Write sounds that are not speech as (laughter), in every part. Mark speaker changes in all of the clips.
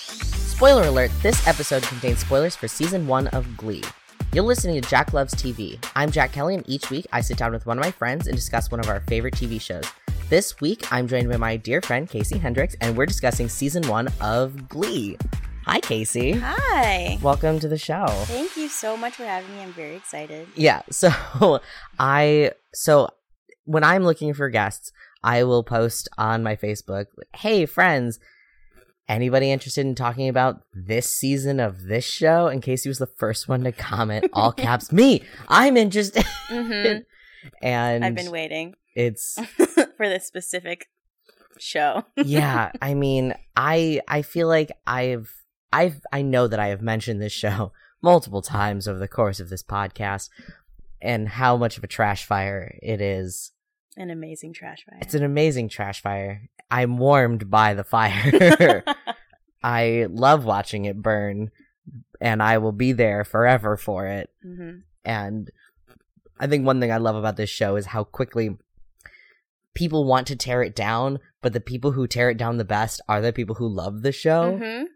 Speaker 1: Spoiler alert this episode contains spoilers for season one of Glee. You're listening to Jack Loves TV. I'm Jack Kelly, and each week I sit down with one of my friends and discuss one of our favorite TV shows. This week I'm joined by my dear friend Casey Hendricks, and we're discussing season one of Glee. Hi, Casey.
Speaker 2: Hi.
Speaker 1: Welcome to the show.
Speaker 2: Thank you so much for having me. I'm very excited.
Speaker 1: Yeah, (laughs) so I so when I'm looking for guests, I will post on my Facebook, "Hey friends, anybody interested in talking about this season of this show?" And Casey was the first one to comment,
Speaker 2: (laughs)
Speaker 1: all caps, "Me, I'm interested." (laughs)
Speaker 2: hmm
Speaker 1: And
Speaker 2: I've been waiting (laughs)
Speaker 1: it's
Speaker 2: for this specific show.
Speaker 1: yeah, I mean, I I feel like I've I've I know that I have mentioned this show (laughs) multiple times over the course of this podcast and how much of a trash fire it is.
Speaker 2: An amazing trash fire.
Speaker 1: It's (laughs) an amazing trash fire. I'm warmed by the
Speaker 2: (laughs)
Speaker 1: fire. (laughs) I love watching it burn and I will be there forever for it.
Speaker 2: Mhm.
Speaker 1: And I think one thing I love about this show is how quickly people want to tear it down, but the people who tear it down the best are the people who love the show.
Speaker 2: Mhm.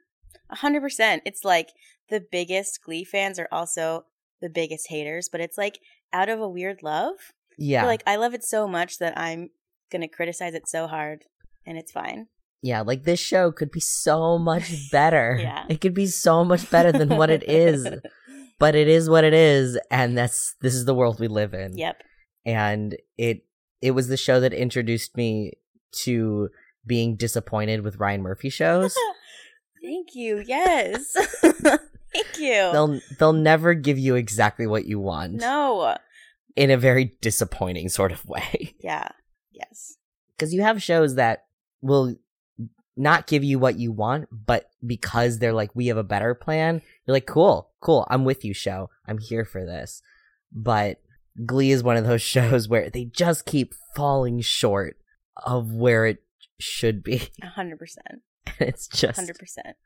Speaker 2: A hundred percent. It's like the biggest Glee fans are also the biggest haters, but it's like out of a weird love.
Speaker 1: Yeah.
Speaker 2: They're Like I love it so much that I'm gonna criticize it so hard, and it's fine.
Speaker 1: yeah, like this show could be so
Speaker 2: (laughs)
Speaker 1: much better.
Speaker 2: Yeah.
Speaker 1: It could be so much better than what it is. But it is what it is, and that's this is the world we live in.
Speaker 2: (laughs) Yep.
Speaker 1: And it it was the show that introduced me to being disappointed with Ryan Murphy shows.
Speaker 2: Thank you. Yes. (laughs) Thank you.
Speaker 1: they'll they'll never give you exactly what you want
Speaker 2: no.
Speaker 1: in a very disappointing sort of way (laughs)
Speaker 2: Yeah. Yes.
Speaker 1: because you have shows that will not give you what you want but because they're like we have a better plan you're like cool cool i'm with you show i'm here for this but glee is one of those (laughs) shows where they just keep falling short of where it should be
Speaker 2: A hundred percent.
Speaker 1: (laughs) it's
Speaker 2: A
Speaker 1: just
Speaker 2: Hundred percent.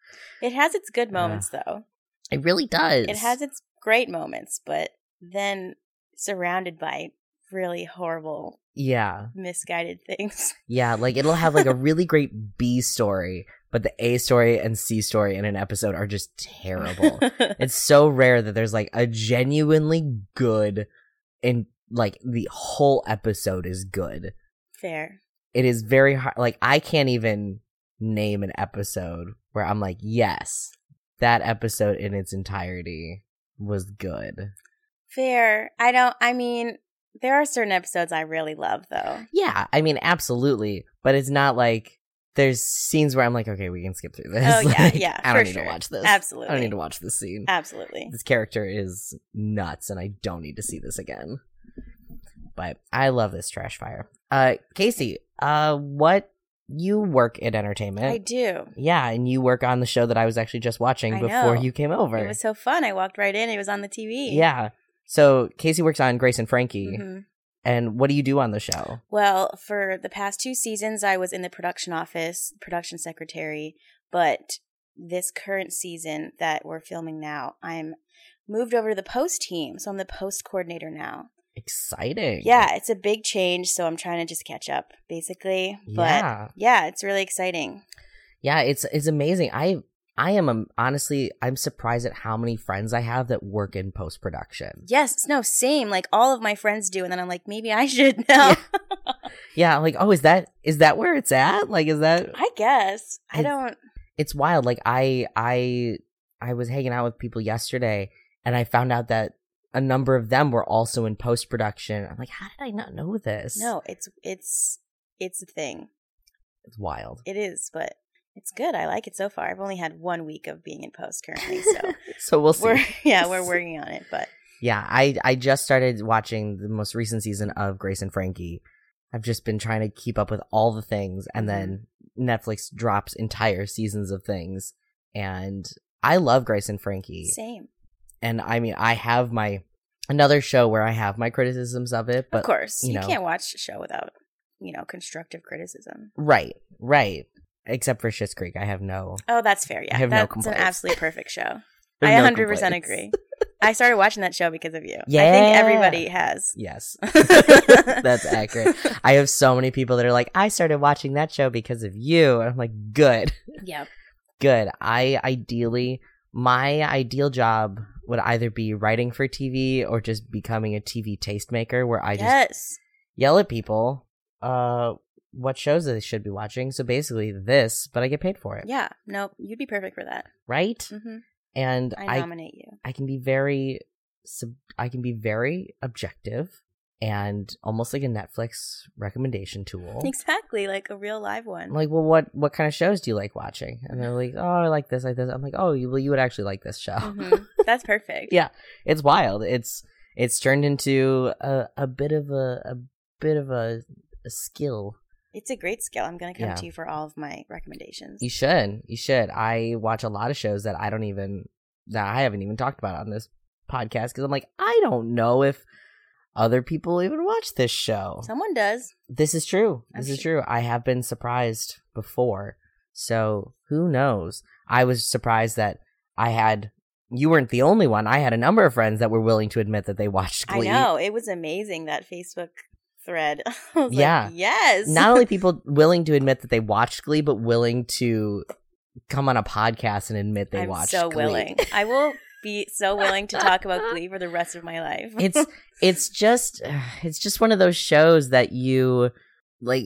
Speaker 2: It has its good moments though.
Speaker 1: it really does
Speaker 2: It has its great moments, but then surrounded by really horrible,
Speaker 1: yeah
Speaker 2: misguided things.
Speaker 1: Yeah, like it'll have like a really great B story, but the A story and C story in an episode are just
Speaker 2: (laughs)
Speaker 1: terrible. it's so rare that there's like a genuinely good and like the whole episode is good.
Speaker 2: Fair.
Speaker 1: It is very hard like I can't even name an episode where I'm like, yes, that episode in its entirety was good.
Speaker 2: Fair. I don't I mean, there are certain episodes I really love though.
Speaker 1: Yeah, I mean absolutely, but it's not like there's scenes where I'm like, okay, we can skip through this. (laughs)
Speaker 2: Oh yeah,
Speaker 1: Like,
Speaker 2: yeah.
Speaker 1: I don't
Speaker 2: for
Speaker 1: need
Speaker 2: sure.
Speaker 1: to watch this.
Speaker 2: Absolutely.
Speaker 1: I don't need to watch this scene.
Speaker 2: Absolutely.
Speaker 1: This character is nuts, and I don't need to see this again. But I love this trash fire. Uh, Casey, uh, what you work in entertainment?
Speaker 2: I do.
Speaker 1: yeah, and you work on the show that I was actually just watching
Speaker 2: I
Speaker 1: before
Speaker 2: know.
Speaker 1: you came over.
Speaker 2: It was so fun. I walked right in. It was on the TV.
Speaker 1: yeah. So Casey works on Grace and Frankie,
Speaker 2: Mhm.
Speaker 1: and what do you do on the show?
Speaker 2: Well, for the past two seasons, I was in the production office, production secretary, but this current season that we're filming now, I'm moved over to the post team. So I'm the post coordinator now.
Speaker 1: Exciting.
Speaker 2: Yeah, it's a big change. So I'm trying to just catch up, basically. But yeah,
Speaker 1: yeah.
Speaker 2: it's really exciting.
Speaker 1: Yeah, it's it's amazing. I I am um, honestly I'm surprised at how many friends I have that work in post production.
Speaker 2: Yes, no, same. Like all of my friends do. And then I'm like, maybe I (laughs) should now.
Speaker 1: Yeah, like oh, is that is that where it's at? Like is that
Speaker 2: I guess. I
Speaker 1: It's-
Speaker 2: don't.
Speaker 1: it's wild. Like I I I was hanging out with people yesterday and I found out that a number of them were also in post production. I'm like, how did I not know this?
Speaker 2: No, it's, it's, it's a thing.
Speaker 1: It's
Speaker 2: (laughs)
Speaker 1: wild.
Speaker 2: It is, but it's good. I like it so far. I've only had one week of being in post currently, so
Speaker 1: So (laughs) we'll see.
Speaker 2: we're (laughs)
Speaker 1: (laughs)
Speaker 2: yeah, we're working on it. But
Speaker 1: yeah, I I just started watching the most recent season of Grace and Frankie. I've just been trying to keep up with all the things and
Speaker 2: Mm-hmm.
Speaker 1: then Netflix drops entire seasons of things and I love Grace and Frankie.
Speaker 2: same,
Speaker 1: and I mean, I have my another show where I have my criticisms of it, but
Speaker 2: of course,
Speaker 1: you
Speaker 2: you,
Speaker 1: know.
Speaker 2: can't watch a show without you know constructive criticism.
Speaker 1: right, right. Except for Schitt's Creek, I have no.
Speaker 2: Oh, that's fair. Yeah,
Speaker 1: I have no
Speaker 2: that's an
Speaker 1: complaints.
Speaker 2: absolutely perfect show.
Speaker 1: (laughs) I
Speaker 2: I
Speaker 1: have no
Speaker 2: 100 percent
Speaker 1: complaints.
Speaker 2: agree. I started watching that show because of you. I
Speaker 1: Yeah.
Speaker 2: think everybody has. (laughs)
Speaker 1: Yes, that's accurate. I have so many people that are like, I started watching that show because of you, and I'm like, good,
Speaker 2: Yep.
Speaker 1: good. I ideally, my ideal job would either be writing for TV or just becoming a TV tastemaker where I just
Speaker 2: yes.
Speaker 1: yell at people uh, what shows they should be watching. So basically this, but I get paid for it,
Speaker 2: Yeah. Nope. You'd be perfect for that.
Speaker 1: right?
Speaker 2: hmm
Speaker 1: And
Speaker 2: I
Speaker 1: I, I,
Speaker 2: nominate you.
Speaker 1: can be very, sub- I can be very objective and almost like a Netflix recommendation tool.
Speaker 2: Exactly. Like a real live one.
Speaker 1: I'm like, (laughs) well, what what kind of shows do you like watching? And they're like, oh, I like this, like this. I'm like, oh, you, well, you would actually like this show.
Speaker 2: Mhm. That's perfect.
Speaker 1: Yeah. It's wild. It's it's turned into a, a bit of a a bit of a, a skill.
Speaker 2: It's a great skill. I'm going to come
Speaker 1: Yeah.
Speaker 2: to you for all of my recommendations.
Speaker 1: You should. You should. I watch a lot of shows that I don't even that I haven't even talked about on this podcast because I'm like, I don't know if other people even watch this show.
Speaker 2: Someone does.
Speaker 1: This is true.
Speaker 2: I'm
Speaker 1: This is
Speaker 2: sure.
Speaker 1: true. I have been surprised before. So who knows? I was surprised that I had you weren't the only one. I had a number of friends that were willing to admit that they watched Glee.
Speaker 2: I know. It was amazing that Facebook thread. (laughs) I was like,
Speaker 1: Yeah.
Speaker 2: yes.
Speaker 1: Not
Speaker 2: (laughs)
Speaker 1: only people willing to admit that they watched Glee, but willing to come on a podcast and admit they
Speaker 2: I'm
Speaker 1: watched
Speaker 2: so
Speaker 1: Glee.
Speaker 2: willing. I will be so willing to talk about Glee for the rest of my life.
Speaker 1: it's it's just (sighs) it's just one of those shows that you like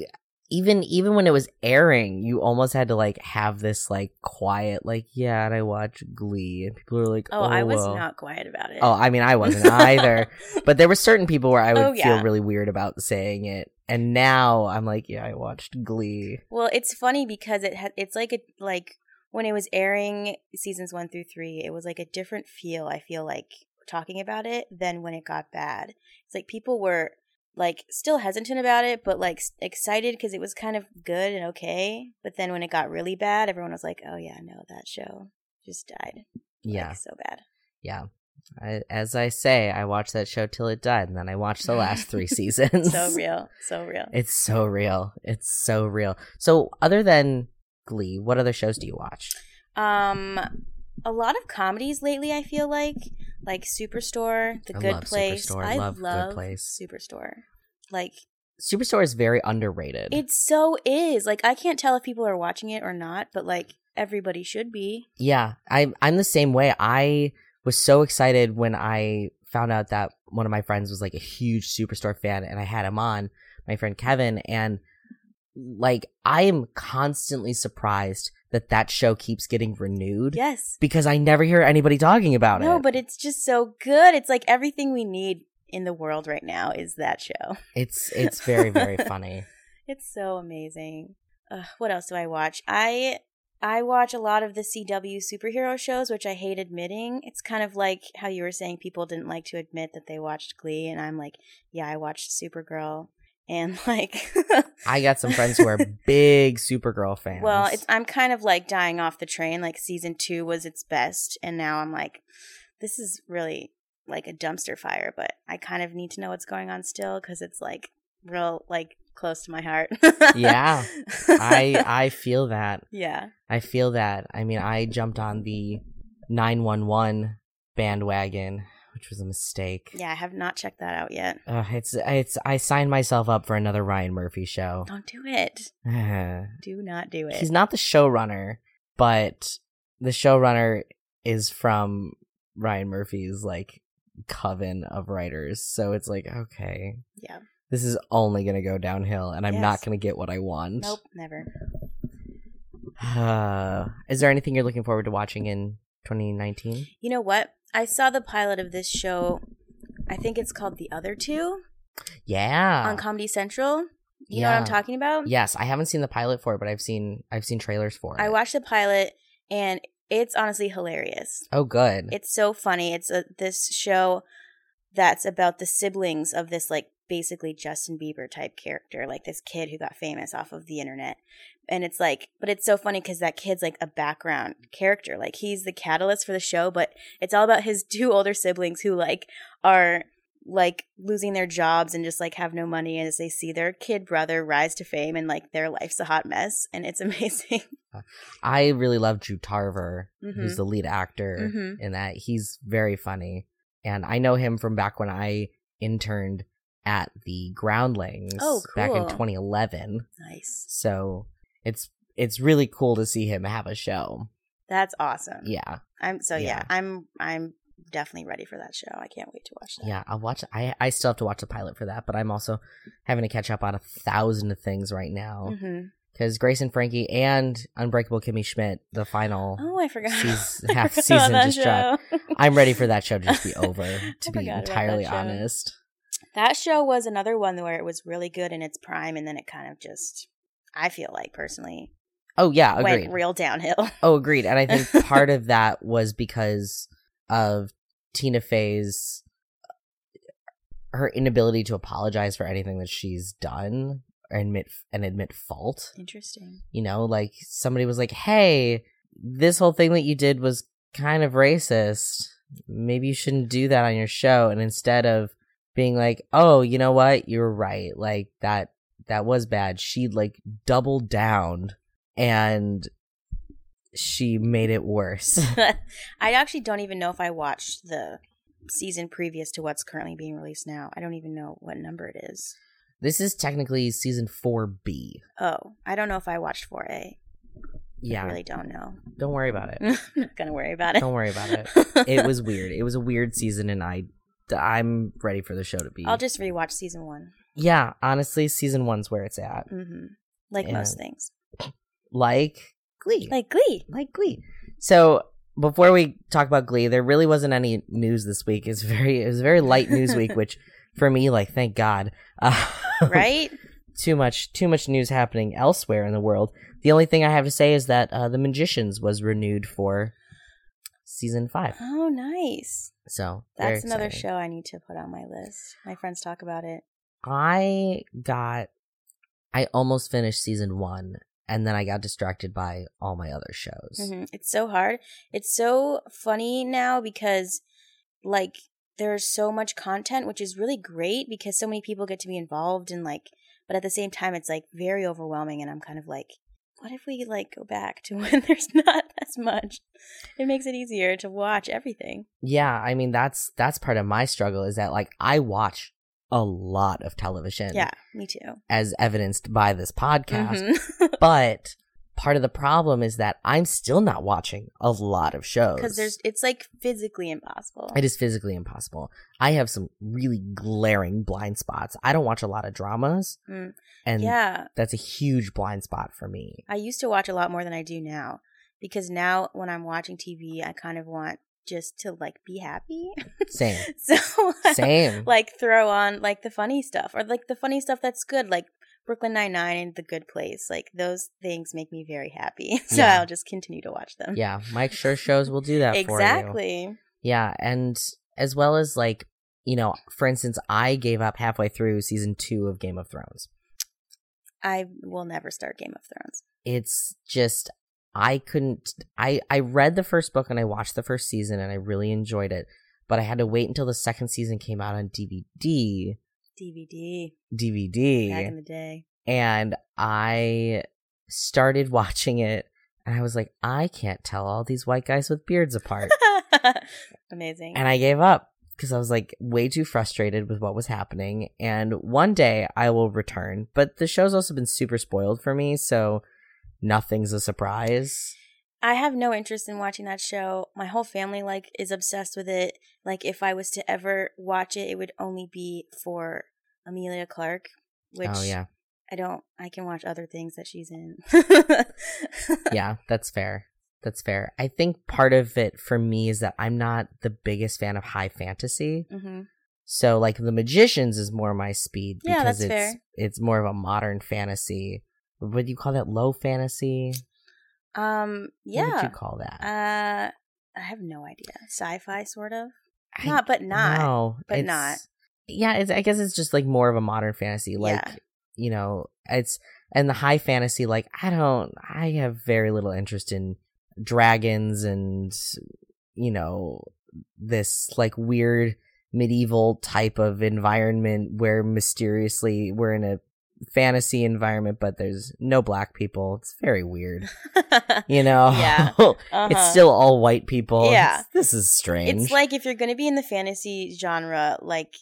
Speaker 1: even even when it was airing you almost had to like have this like quiet like yeah and i watch glee and people were like
Speaker 2: (laughs) oh, I was
Speaker 1: well.
Speaker 2: not quiet about it.
Speaker 1: oh i mean i wasn't
Speaker 2: (laughs)
Speaker 1: either but there were certain people where i would
Speaker 2: Oh, yeah.
Speaker 1: feel really weird about saying it and now i'm like yeah i watched glee
Speaker 2: Well, it's funny because it ha- it's like a like when it was airing seasons one through three, it was like a different feel. I feel like talking about it than when it got bad. It's like people were like still hesitant about it, but like s- excited because it was kind of good and okay. But then when it got really bad, everyone was like, "Oh yeah, no, that show just died. Like,
Speaker 1: yeah
Speaker 2: so
Speaker 1: (laughs)
Speaker 2: bad."
Speaker 1: yeah I, as i say i watched that show till it died and then i watched the last
Speaker 2: (laughs)
Speaker 1: three seasons
Speaker 2: So real, so real.
Speaker 1: It's so real. It's so real. So, other than Glee, what other shows do you watch?
Speaker 2: Um, a lot of comedies lately. I feel like like Superstore, The
Speaker 1: I
Speaker 2: Good
Speaker 1: love
Speaker 2: Place.
Speaker 1: Superstore.
Speaker 2: I
Speaker 1: Love Good
Speaker 2: love
Speaker 1: Place.
Speaker 2: Superstore. Like
Speaker 1: Superstore is very underrated.
Speaker 2: it so is. Like I can't tell if people are watching it or not, but like everybody should be.
Speaker 1: yeah, I, I'm the same way. I was so excited when I found out that one of my friends was like a huge Superstore fan, and I had him on, my friend Kevin, and like I am constantly surprised that that show keeps getting renewed
Speaker 2: Yes.
Speaker 1: because I never hear anybody talking about
Speaker 2: No,
Speaker 1: it.
Speaker 2: but it's just so good. It's like everything we need in the world right now is that show. (laughs)
Speaker 1: It's it's very very funny.
Speaker 2: It's so amazing. Ugh, what else do I watch? I I watch a lot of the CW superhero shows, which I hate admitting. It's kind of like how you were saying people didn't like to admit that they watched Glee, and I'm like, yeah, I watched Supergirl, and (laughs) like,
Speaker 1: I got some friends who are big Supergirl fans.
Speaker 2: well, it's I'm kind of like dying off the train. Like season two was its best, and now I'm like, this is really like a dumpster fire. But I kind of need to know what's going on still because it's like real like close to my heart.
Speaker 1: Yeah.
Speaker 2: (laughs)
Speaker 1: I I feel that.
Speaker 2: yeah.
Speaker 1: I feel that. I mean, I jumped on the 911 bandwagon, which was a mistake.
Speaker 2: Yeah, I have not checked that out yet.
Speaker 1: Uh, it's it's I signed myself up for another Ryan Murphy show.
Speaker 2: Don't do it.
Speaker 1: (laughs) He's
Speaker 2: Do not do it.
Speaker 1: not the showrunner, but the showrunner is from Ryan Murphy's like coven of writers. So it's like, okay,
Speaker 2: yeah.
Speaker 1: this is only going to go downhill and I'm not
Speaker 2: Yes.
Speaker 1: going to get what I want.
Speaker 2: Nope. Never.
Speaker 1: Uh, (sighs) is there anything you're looking forward to watching in 2019?
Speaker 2: You know what? I saw the pilot of this show. I think it's called The Other Two
Speaker 1: Yeah.
Speaker 2: on Comedy Central. You know what I'm
Speaker 1: Ah. Yeah.
Speaker 2: talking about?
Speaker 1: yes, I haven't seen the pilot for it, but I've seen I've seen trailers for it.
Speaker 2: I watched the pilot and it's honestly hilarious.
Speaker 1: Oh, good.
Speaker 2: It's so funny. It's a, this show that's about the siblings of this like basically Justin Bieber type character, like this kid who got famous off of the internet. And it's like, but it's so funny because that kid's like a background character. Like he's the catalyst for the show, but it's all about his (laughs) two older siblings who like are like losing their jobs and just like have no money as they see their kid brother rise to fame and like their life's a hot mess and it's (laughs) amazing.
Speaker 1: I really love Drew Tarver,
Speaker 2: Mhm.
Speaker 1: who's the lead actor
Speaker 2: Mhm.
Speaker 1: in that. He's very funny, and I know him from back when I interned at the Groundlings
Speaker 2: Oh,
Speaker 1: back in
Speaker 2: cool.
Speaker 1: 2011.
Speaker 2: Nice.
Speaker 1: So it's it's really cool to see him have a show.
Speaker 2: That's awesome.
Speaker 1: Yeah.
Speaker 2: I'm so yeah.
Speaker 1: Yeah.
Speaker 2: I'm I'm definitely ready for that show. I can't wait to watch that.
Speaker 1: Yeah, I'll watch I I still have to watch the pilot for that, but I'm also having to catch up on a thousand things right now
Speaker 2: hmm
Speaker 1: cuz Grace and Frankie and Unbreakable Kimmy Schmidt, the final
Speaker 2: Oh, I (laughs) forgot.
Speaker 1: Seas-
Speaker 2: I
Speaker 1: half
Speaker 2: forgot
Speaker 1: season
Speaker 2: about
Speaker 1: just
Speaker 2: that
Speaker 1: dropped.
Speaker 2: show.
Speaker 1: (laughs)
Speaker 2: Oh
Speaker 1: I'm ready for that show to just be over,
Speaker 2: I
Speaker 1: to be
Speaker 2: forgot about that
Speaker 1: entirely
Speaker 2: show.
Speaker 1: honest.
Speaker 2: (laughs) That show was another one where it was really good in its prime, and then it kind of just, I feel like personally,
Speaker 1: Oh yeah, agreed.
Speaker 2: went real downhill. (laughs)
Speaker 1: Oh, agreed. And I think part of that was because of Tina Fey's her inability to apologize for anything that she's done or admit and admit fault.
Speaker 2: Interesting.
Speaker 1: You know, like somebody was like, "Hey, this whole thing that you did was kind of racist. Maybe you shouldn't do that on your show." And instead of being like, "Oh, you know what? You're right. Like that that was bad." She like doubled down and she made it
Speaker 2: (laughs)
Speaker 1: worse.
Speaker 2: I actually don't even know if I watched the season previous to what's currently being released now. I don't even know what number it is.
Speaker 1: this is technically season 4B.
Speaker 2: Oh, I don't know if I watched 4A. I
Speaker 1: Yeah.
Speaker 2: really don't know. (laughs)
Speaker 1: Don't worry about it.
Speaker 2: I'm not going to worry about it.
Speaker 1: Don't worry about it. (laughs) It was weird. It was a weird season and I I'm ready for the show to be.
Speaker 2: I'll just rewatch season one.
Speaker 1: yeah, honestly, season 1's where it's at.
Speaker 2: hmm Like most things.
Speaker 1: Like Glee.
Speaker 2: Like
Speaker 1: (laughs)
Speaker 2: Glee.
Speaker 1: like Glee. So before we talk about Glee, there really wasn't any news this week. It's very it was a very light news week, which
Speaker 2: (laughs)
Speaker 1: for me, like, thank God. Uh, (laughs)
Speaker 2: Right?
Speaker 1: too much too much news happening elsewhere in the world. The only thing I have to say is that uh, the Magicians was renewed for season five.
Speaker 2: oh, nice.
Speaker 1: So very
Speaker 2: That's another
Speaker 1: exciting.
Speaker 2: show I need to put on my list. My friends talk about it.
Speaker 1: I got I almost finished season one, and then I got distracted by all my other shows.
Speaker 2: hmm It's so hard. It's so funny now because, like, there's so much content, which is really great because so many people get to be involved and like. But at the same time, it's like very overwhelming, and I'm kind of like, what if we like go back to (laughs) when there's not as much? It makes it easier to watch everything.
Speaker 1: Yeah, I mean that's that's part of my struggle is that like I watch a lot of television
Speaker 2: Yeah, Mm-hmm. me too.
Speaker 1: as evidenced by this podcast.
Speaker 2: (laughs) Because
Speaker 1: But part of the problem is that I'm still not watching a lot of shows.
Speaker 2: there's, it's like physically impossible.
Speaker 1: It is physically impossible. I have some really glaring blind spots. I don't watch a lot of dramas,
Speaker 2: Mm.
Speaker 1: and
Speaker 2: yeah,
Speaker 1: that's a huge blind spot for
Speaker 2: (laughs)
Speaker 1: me.
Speaker 2: I used to watch a lot more than I do now because now when I'm watching TV, I kind of want just to like be happy. (laughs)
Speaker 1: Same,
Speaker 2: so I'll,
Speaker 1: same.
Speaker 2: (laughs) like throw on like the funny stuff or like the funny stuff that's good, like Brooklyn Nine Nine and The Good Place. Like those things make me very happy. (laughs) So
Speaker 1: Yeah.
Speaker 2: I'll just continue to watch them.
Speaker 1: yeah, Mike sure shows will do that for you.
Speaker 2: exactly.
Speaker 1: Yeah, and as well as like you know, for instance, I gave up halfway through season two of Game of Thrones.
Speaker 2: I will never start Game of Thrones.
Speaker 1: It's just I couldn't. I I read the first book and I watched the first season and I really enjoyed it, but I had to wait until the second season came out on DVD.
Speaker 2: DVD
Speaker 1: DVD
Speaker 2: back in the day. (laughs)
Speaker 1: and I started (laughs) watching it and I was like, I can't tell all these white guys with beards apart.
Speaker 2: Amazing.
Speaker 1: and I gave up because I was like way too frustrated with what was happening. And one day I will return. But the show's also been super spoiled for me, so nothing's a surprise.
Speaker 2: I have no interest in watching that show. My whole family like is obsessed with it. Like if I was to ever watch it, it would only be for Amelia Clark, which
Speaker 1: oh
Speaker 2: (laughs)
Speaker 1: yeah.
Speaker 2: I don't I can watch other things that she's in. (laughs)
Speaker 1: yeah, that's fair. That's fair. I think part of it for me is that I'm not the biggest fan of high fantasy.
Speaker 2: hmm
Speaker 1: So like the magicians is more my speed
Speaker 2: Yeah,
Speaker 1: because
Speaker 2: that's
Speaker 1: it's
Speaker 2: fair.
Speaker 1: it's more of a modern fantasy. What do you call that? Low fantasy?
Speaker 2: Um
Speaker 1: What would you
Speaker 2: yeah.
Speaker 1: call that?
Speaker 2: Uh I have no idea. Sci-fi sort of.
Speaker 1: I-
Speaker 2: not but not.
Speaker 1: no,
Speaker 2: but
Speaker 1: it's-
Speaker 2: not.
Speaker 1: Yeah, it's, I guess it's just like more of a modern fantasy. Like
Speaker 2: Yeah.
Speaker 1: you know, it's and the high fantasy. Like I don't, I have very little interest in dragons and you know this like weird medieval type of environment where mysteriously we're in a fantasy environment, but there's no black people. It's very
Speaker 2: (laughs)
Speaker 1: weird, you know.
Speaker 2: Yeah.
Speaker 1: (laughs) It's
Speaker 2: Uh-huh.
Speaker 1: still all white people.
Speaker 2: Yeah.
Speaker 1: It's- this is strange.
Speaker 2: It's like if you're going to be in the fantasy genre, like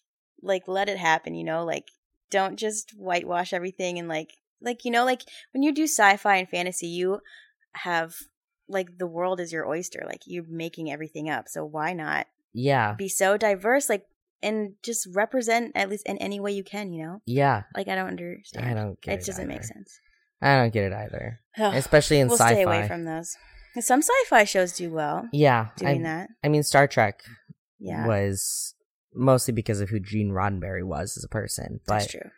Speaker 2: like let it happen, you know, like don't just whitewash everything and like like you know like when you do sci-fi and fantasy, you have like the world is your oyster. Like you're making everything up. So why not
Speaker 1: Yeah.
Speaker 2: be so diverse? Like and just represent at least in any way you can. You know,
Speaker 1: Yeah.
Speaker 2: like I don't understand.
Speaker 1: I don't get it.
Speaker 2: it doesn't make
Speaker 1: either.
Speaker 2: sense.
Speaker 1: I don't get it either.
Speaker 2: Ugh.
Speaker 1: Especially in
Speaker 2: we'll
Speaker 1: sci-fi.
Speaker 2: stay away from those. Some sci-fi shows do well
Speaker 1: yeah.
Speaker 2: doing
Speaker 1: I,
Speaker 2: that.
Speaker 1: I mean Star Trek
Speaker 2: Yeah,
Speaker 1: was mostly because of who Gene Roddenberry was as a person. But
Speaker 2: that's true.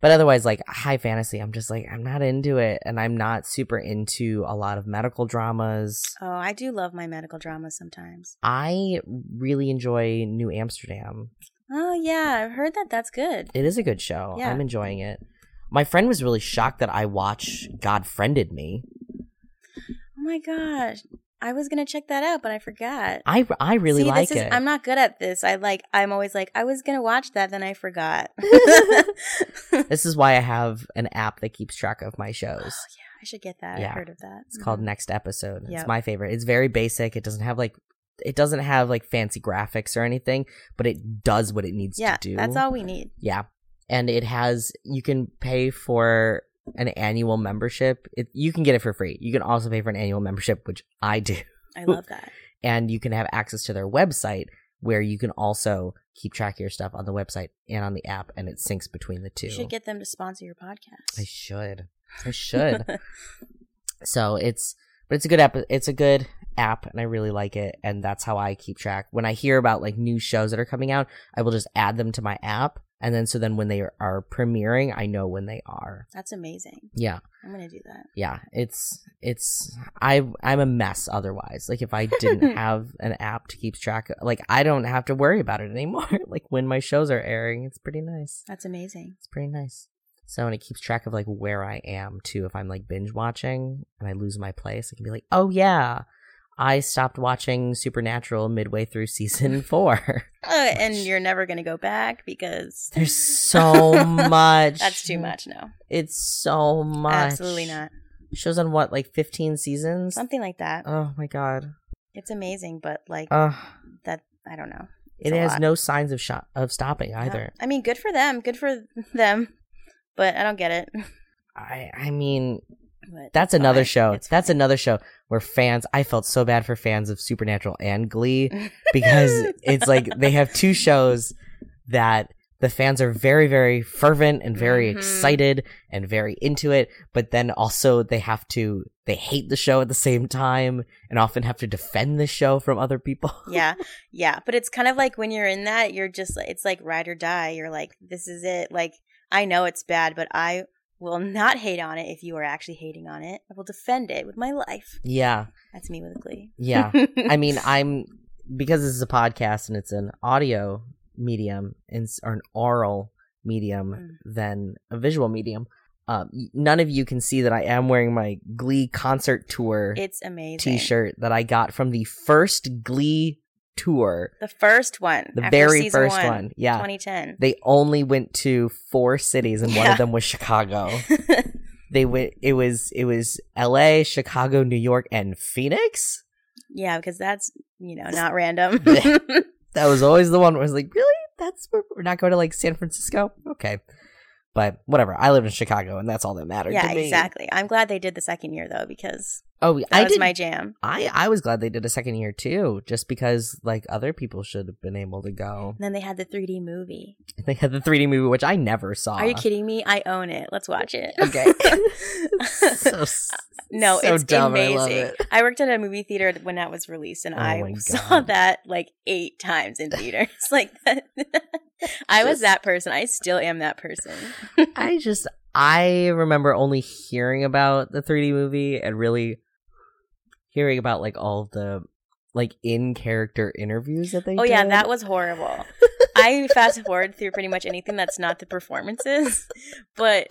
Speaker 1: but otherwise like high fantasy, I'm just like I'm not into it and I'm not super into a lot of medical dramas.
Speaker 2: Oh, I do love my medical dramas sometimes.
Speaker 1: I really enjoy New Amsterdam.
Speaker 2: Oh yeah, I've heard that. That's good.
Speaker 1: It is a good show.
Speaker 2: Yeah.
Speaker 1: I'm enjoying it. My friend was really shocked that I watch God Friended Me.
Speaker 2: Oh my gosh, I was gonna check that out, but I forgot.
Speaker 1: I, I really
Speaker 2: See,
Speaker 1: like
Speaker 2: this is-
Speaker 1: it.
Speaker 2: I'm not good at this. I like. I'm always like, I was gonna watch that, then I
Speaker 1: (laughs)
Speaker 2: forgot. (laughs)
Speaker 1: this is why I have an app that keeps track of my shows.
Speaker 2: I should get that.
Speaker 1: Yeah.
Speaker 2: I've heard of that.
Speaker 1: It's called Next Episode. It's
Speaker 2: Mm-hmm. Yep.
Speaker 1: my favorite. It's very basic. It doesn't have like it doesn't have like fancy graphics or anything, but it does what it needs
Speaker 2: Mm-hmm. Yeah,
Speaker 1: to do.
Speaker 2: that's all we need.
Speaker 1: Yeah. And it has you can pay for an annual membership. It, you can get it for free. You can also pay for an annual membership, which I do. (laughs)
Speaker 2: I love that.
Speaker 1: And you can have access to their website where you can also keep track of your stuff on the website and on the app and it syncs between the two.
Speaker 2: You should get them to sponsor your podcast.
Speaker 1: I should. I should. so it's but it's a good app it's a good app and i really like it and that's how i keep track when i hear about like new shows that are coming out i will just add them to my app and then so then when they are, are premiering i know when they are
Speaker 2: (laughs) that's amazing.
Speaker 1: yeah
Speaker 2: I'm gonna do that.
Speaker 1: yeah it's it's i i'm a mess otherwise like if i didn't have an app to keep track of like i don't have to worry about it anymore (laughs) like when my shows are airing it's pretty nice
Speaker 2: That's amazing.
Speaker 1: it's pretty nice. So and it keeps track of like where I am too. If I'm like binge watching and I lose my place, I can be like, oh yeah, I stopped watching Supernatural midway through
Speaker 2: (laughs)
Speaker 1: season four.
Speaker 2: Uh, and you're never gonna go back because
Speaker 1: There's so much.
Speaker 2: that's too much. No,
Speaker 1: It's so much.
Speaker 2: absolutely not.
Speaker 1: Shows on what like 15 seasons.
Speaker 2: Something like that.
Speaker 1: Oh my god.
Speaker 2: It's amazing, but like
Speaker 1: Uh,
Speaker 2: that, I don't know.
Speaker 1: it
Speaker 2: a
Speaker 1: has
Speaker 2: lot.
Speaker 1: no signs of shot of stopping
Speaker 2: Yeah.
Speaker 1: either.
Speaker 2: I mean, good for them. Good for (laughs) them. But I don't get it. (laughs)
Speaker 1: I I mean (laughs)
Speaker 2: But
Speaker 1: That's
Speaker 2: it's
Speaker 1: another
Speaker 2: fine.
Speaker 1: show.
Speaker 2: It's
Speaker 1: That's
Speaker 2: fine.
Speaker 1: another show where fans. I felt so bad for fans of Supernatural and
Speaker 2: (laughs)
Speaker 1: Glee because it's like they have two shows that the fans are very, very fervent and very
Speaker 2: Mhm.
Speaker 1: excited and very into it, but then also they have to they hate the show at the same time and often have to defend the show from other people.
Speaker 2: yeah, yeah. But it's kind of like when you're in that, you're just like it's like ride or die. You're like, this is it. Like I know it's bad, but I will not hate on it if you are actually hating on it. I will defend it with my life.
Speaker 1: (laughs) yeah,
Speaker 2: That's me with Glee. (laughs) Mm.
Speaker 1: yeah. I mean, I'm because this is a podcast and it's an audio medium and s- or an oral medium than a visual medium. Um, y- none of you can see that I am wearing my Glee concert tour
Speaker 2: it's amazing.
Speaker 1: T-shirt that I got from the first Glee tour,
Speaker 2: The first one.
Speaker 1: the
Speaker 2: after
Speaker 1: very
Speaker 2: season
Speaker 1: first one. Yeah,
Speaker 2: 2010.
Speaker 1: they only went to four cities, and one
Speaker 2: Yeah.
Speaker 1: of them was Chicago. they went. It was it was L.A., Chicago, New York, and Phoenix.
Speaker 2: (laughs) yeah, because that's, you know,
Speaker 1: (laughs)
Speaker 2: not random. (laughs)
Speaker 1: that was always the one where I was like, really? That's where we're not going to like San Francisco? Okay. But whatever. I live in Chicago and that's all that mattered
Speaker 2: yeah,
Speaker 1: to me.
Speaker 2: exactly. I'm glad they did the second year though because
Speaker 1: Oh,
Speaker 2: that
Speaker 1: I
Speaker 2: was
Speaker 1: did.
Speaker 2: my jam.
Speaker 1: I, I was glad they did a second year too, just because like other people should have been able to go. (laughs)
Speaker 2: And then they had the 3D movie.
Speaker 1: They had the 3D movie, which I never saw.
Speaker 2: Are you kidding me? I own it. Let's watch it.
Speaker 1: (laughs)
Speaker 2: (laughs)
Speaker 1: Okay. so, s-
Speaker 2: no,
Speaker 1: so
Speaker 2: it's
Speaker 1: dumb.
Speaker 2: amazing.
Speaker 1: I love it.
Speaker 2: I worked at a movie theater when that was released, and
Speaker 1: Oh
Speaker 2: I
Speaker 1: my
Speaker 2: saw
Speaker 1: God.
Speaker 2: that like eight
Speaker 1: (laughs)
Speaker 2: times in theaters. (laughs) like that. I was
Speaker 1: Just-
Speaker 2: that person. I still am that person.
Speaker 1: I just, I remember only hearing about the 3D movie and really hearing about like all the like in character interviews that they
Speaker 2: Oh yeah,
Speaker 1: did.
Speaker 2: that
Speaker 1: (laughs)
Speaker 2: was horrible. I fast forward through pretty much anything that's not the performances, (laughs) but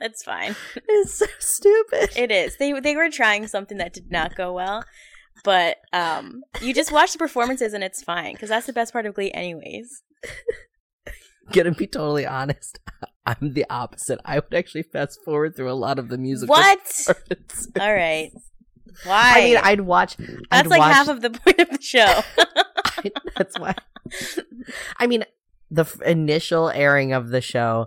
Speaker 2: that's fine.
Speaker 1: It's so stupid.
Speaker 2: (laughs) It is. They they were trying something that did not go well, but um, you just watch the performances and it's fine because that's the best part of Glee, anyways.
Speaker 1: (laughs) Gonna be totally honest, (laughs) I'm the opposite. I would actually fast forward through a lot of the musical.
Speaker 2: What?
Speaker 1: parts. (laughs)
Speaker 2: All right. Why?
Speaker 1: I mean, I'd watch.
Speaker 2: that's
Speaker 1: I'd
Speaker 2: like
Speaker 1: watch,
Speaker 2: half of the point of
Speaker 1: (laughs)
Speaker 2: the show.
Speaker 1: that's why. I mean, the f- initial airing of the show,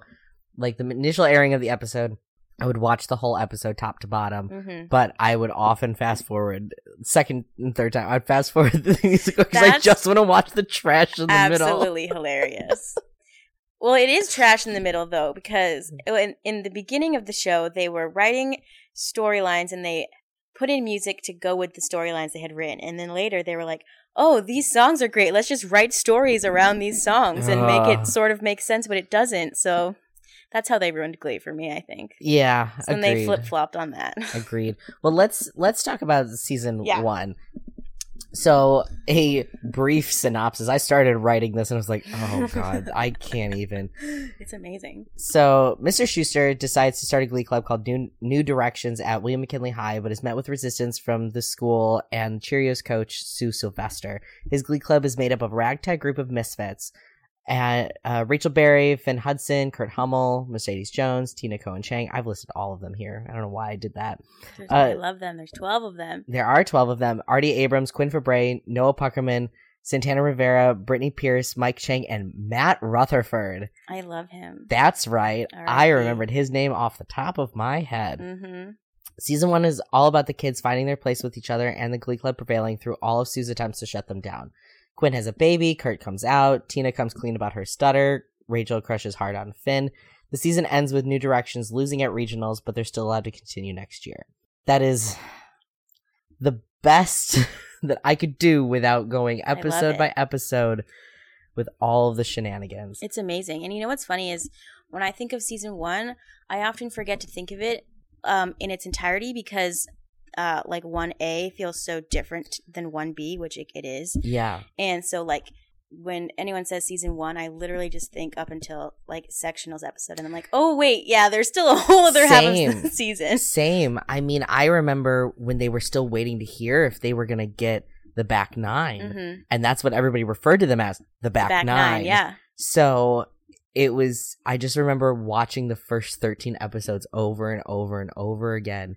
Speaker 1: like the initial airing of the episode, I would watch the whole episode top to bottom,
Speaker 2: Mm-hmm.
Speaker 1: but I would often fast forward second and third time. I'd fast forward (laughs) the musical because I
Speaker 2: That's
Speaker 1: just want to watch the trash in the middle.
Speaker 2: Absolutely hilarious. Well, it is trash in the middle though, because
Speaker 1: Mm.
Speaker 2: in, in the beginning of the show, they were writing storylines and they put in music to go with the storylines they had written, and then later they were like, "Oh, these songs are great. Let's just write stories around these songs and make
Speaker 1: Ugh.
Speaker 2: it sort of make sense, but it doesn't." So that's how they ruined Glee for me, I think.
Speaker 1: Yeah,
Speaker 2: So then they
Speaker 1: agreed.
Speaker 2: flip flopped on that. (laughs)
Speaker 1: Agreed. Well, let's let's talk about season
Speaker 2: Yeah.
Speaker 1: one. So, a brief synopsis. I started writing this and I was like, "Oh God, I can't even."
Speaker 2: it's amazing.
Speaker 1: So, Mr. Schuster decides to start a glee club called New, New Directions at William McKinley High, but is met with resistance from the school and Cheerios coach Sue Sylvester. His glee club is made up of a ragtag group of misfits. And uh, Rachel Berry, Finn Hudson, Kurt Hummel, Mercedes Jones, Tina Cohen Chang. I've listed all of them here. I don't know why I did that.
Speaker 2: There's-
Speaker 1: Uh,
Speaker 2: I love them. There's twelve of them.
Speaker 1: There are 12 of them Artie Abrams, Quinn Fabray, Noah Puckerman, Santana Rivera, Brittany Pierce, Mike Chang, and Matt Rutherford.
Speaker 2: I love him.
Speaker 1: That's right. I
Speaker 2: R.I.P..
Speaker 1: remembered his name off the top of my head.
Speaker 2: Mm-hmm.
Speaker 1: Season one is all about the kids finding their place with each other and the Glee Club prevailing through all of Sue's attempts to shut them down. Quinn has a baby, Kurt comes out, Tina comes clean about her stutter, Rachel crushes hard on Finn. The season ends with New Directions losing at regionals, but they're still allowed to continue next year. That
Speaker 2: (sighs)
Speaker 1: is the best (laughs) that I could do without going
Speaker 2: love
Speaker 1: episode
Speaker 2: it.
Speaker 1: by episode with all of the shenanigans.
Speaker 2: It's amazing. And you know what's funny is when I think of season one, I often forget to think of it um, in its entirety because uh, like 1A feels so different than 1B, which it, it is.
Speaker 1: yeah.
Speaker 2: And so, like, when anyone says season one, I literally just think up until like sectionals episode, and I'm like, oh, wait, yeah, there's still a whole other half
Speaker 1: Same.
Speaker 2: of the season.
Speaker 1: Uh, Same. I mean, I remember when they were still waiting to hear if they were going to get the back 9
Speaker 2: Mm-hmm.
Speaker 1: And that's what everybody referred to them as the back,
Speaker 2: Back
Speaker 1: nine.
Speaker 2: nine, yeah. (laughs)
Speaker 1: So it was, I just remember watching the first 13 episodes over and over and over again.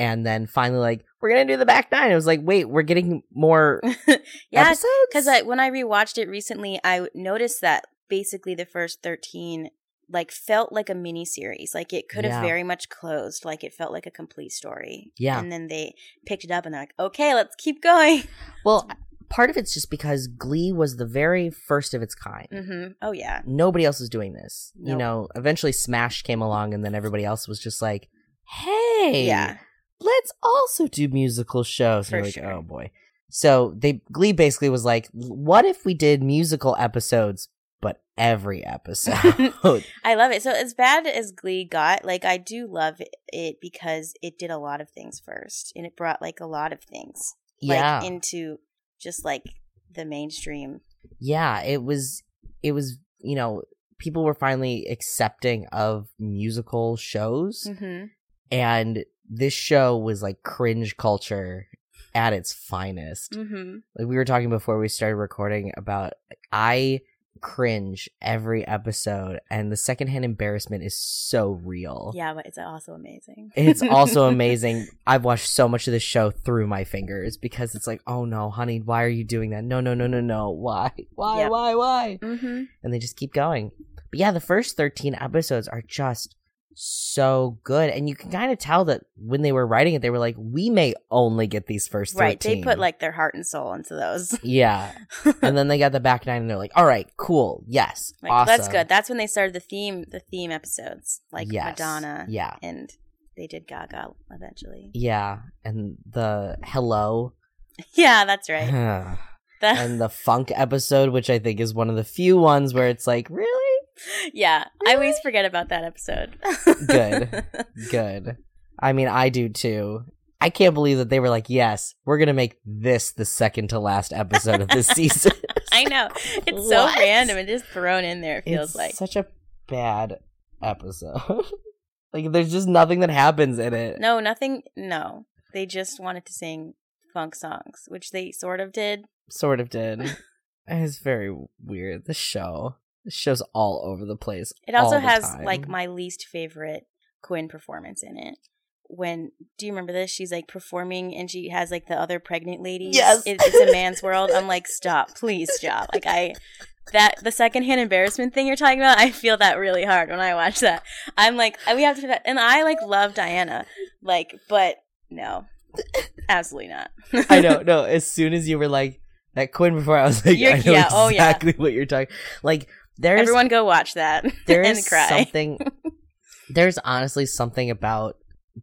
Speaker 1: And then finally, like, we're going to do the back nine. It was like, wait, we're getting more
Speaker 2: (laughs) yeah,
Speaker 1: episodes?
Speaker 2: Because I, when I rewatched it recently, I noticed that basically the first 13 like felt like a mini series. Like it could have
Speaker 1: Yeah.
Speaker 2: very much closed. Like it felt like a complete story.
Speaker 1: Yeah.
Speaker 2: And then they picked it up and they're like, okay, let's keep going. (laughs)
Speaker 1: Well, part of it's just because Glee was the very first of its kind.
Speaker 2: hmm Oh, yeah.
Speaker 1: nobody else was doing this. You
Speaker 2: Nope.
Speaker 1: know, eventually Smash came along and then everybody else was just like, hey,
Speaker 2: Yeah.
Speaker 1: let's also do musical shows.
Speaker 2: For
Speaker 1: And you're like,
Speaker 2: sure.
Speaker 1: oh boy. So they Glee basically was like, what if we did musical episodes, but every
Speaker 2: (laughs)
Speaker 1: episode?
Speaker 2: I love it. So as bad as Glee got, like I do love it because it did a lot of things first and it brought like a lot of things
Speaker 1: (laughs)
Speaker 2: like
Speaker 1: yeah.
Speaker 2: into just like the mainstream.
Speaker 1: yeah. It was, it was, you know, people were finally accepting of musical shows.
Speaker 2: Mm-hmm.
Speaker 1: And this show was like cringe culture at its finest.
Speaker 2: Mm-hmm.
Speaker 1: like we were talking before we started recording about like, I cringe every episode and the secondhand embarrassment is so real.
Speaker 2: Yeah, but it's also amazing.
Speaker 1: It's also
Speaker 2: (laughs)
Speaker 1: amazing. I've watched so much of this show through my fingers because it's like, oh no, honey, why are you doing that? No, no, no, no, no. Why? Why?
Speaker 2: Yep.
Speaker 1: Why? Why?
Speaker 2: hmm
Speaker 1: And they just keep going. But yeah, the first 13 episodes are just so good. And you can kind of tell that when they were writing it, they were like, we may only get these first 13.
Speaker 2: Right. They put like their heart and soul into those. (laughs)
Speaker 1: Yeah. and then they got the back nine and they're like, all right, cool. Yes.
Speaker 2: Like
Speaker 1: awesome.
Speaker 2: that's good. That's when they started the theme the theme episodes. Like
Speaker 1: Yes.
Speaker 2: Madonna
Speaker 1: Yeah.
Speaker 2: and they did Gaga eventually.
Speaker 1: Yeah. And the hello.
Speaker 2: (laughs) Yeah,
Speaker 1: (laughs)
Speaker 2: that's right.
Speaker 1: (sighs) and
Speaker 2: That-
Speaker 1: the funk episode, which I think is one of the few ones where it's like, really?
Speaker 2: (laughs) yeah. I always
Speaker 1: Really?
Speaker 2: forget about that episode. (laughs)
Speaker 1: Good. Good. I mean, I do too. I can't believe that they were like, yes, we're going to make this the second to last episode
Speaker 2: (laughs)
Speaker 1: of this season.
Speaker 2: I know. It's
Speaker 1: What?
Speaker 2: so random and just thrown in there, it feels
Speaker 1: it's
Speaker 2: like.
Speaker 1: such a bad episode. (laughs) like, there's just nothing that happens in it.
Speaker 2: No, nothing no. They just wanted to sing funk songs, which they sort of did.
Speaker 1: sort of did. it's very weird. The show. The show's all over the place.
Speaker 2: It also
Speaker 1: all the
Speaker 2: has
Speaker 1: time.
Speaker 2: like my least favorite Quinn performance in it, when do you remember this? She's like performing and she has like the other pregnant ladies.
Speaker 3: Yes.
Speaker 2: It, it's a man's world. I'm like, stop, please stop. Like I that the secondhand embarrassment thing you're talking about, I feel that really hard when I watch that. I'm like, we have to and I like love Diana. Like, but no. Absolutely not.
Speaker 1: I
Speaker 2: (laughs)
Speaker 1: know. No, as soon as you were like that Quinn before, I was like,
Speaker 2: You're-
Speaker 1: I know
Speaker 2: yeah, oh, yeah.
Speaker 1: exactly what you're talking. Like there's
Speaker 2: Everyone (laughs) go watch that
Speaker 1: there's
Speaker 2: (laughs) and cry.
Speaker 1: something. There's honestly something about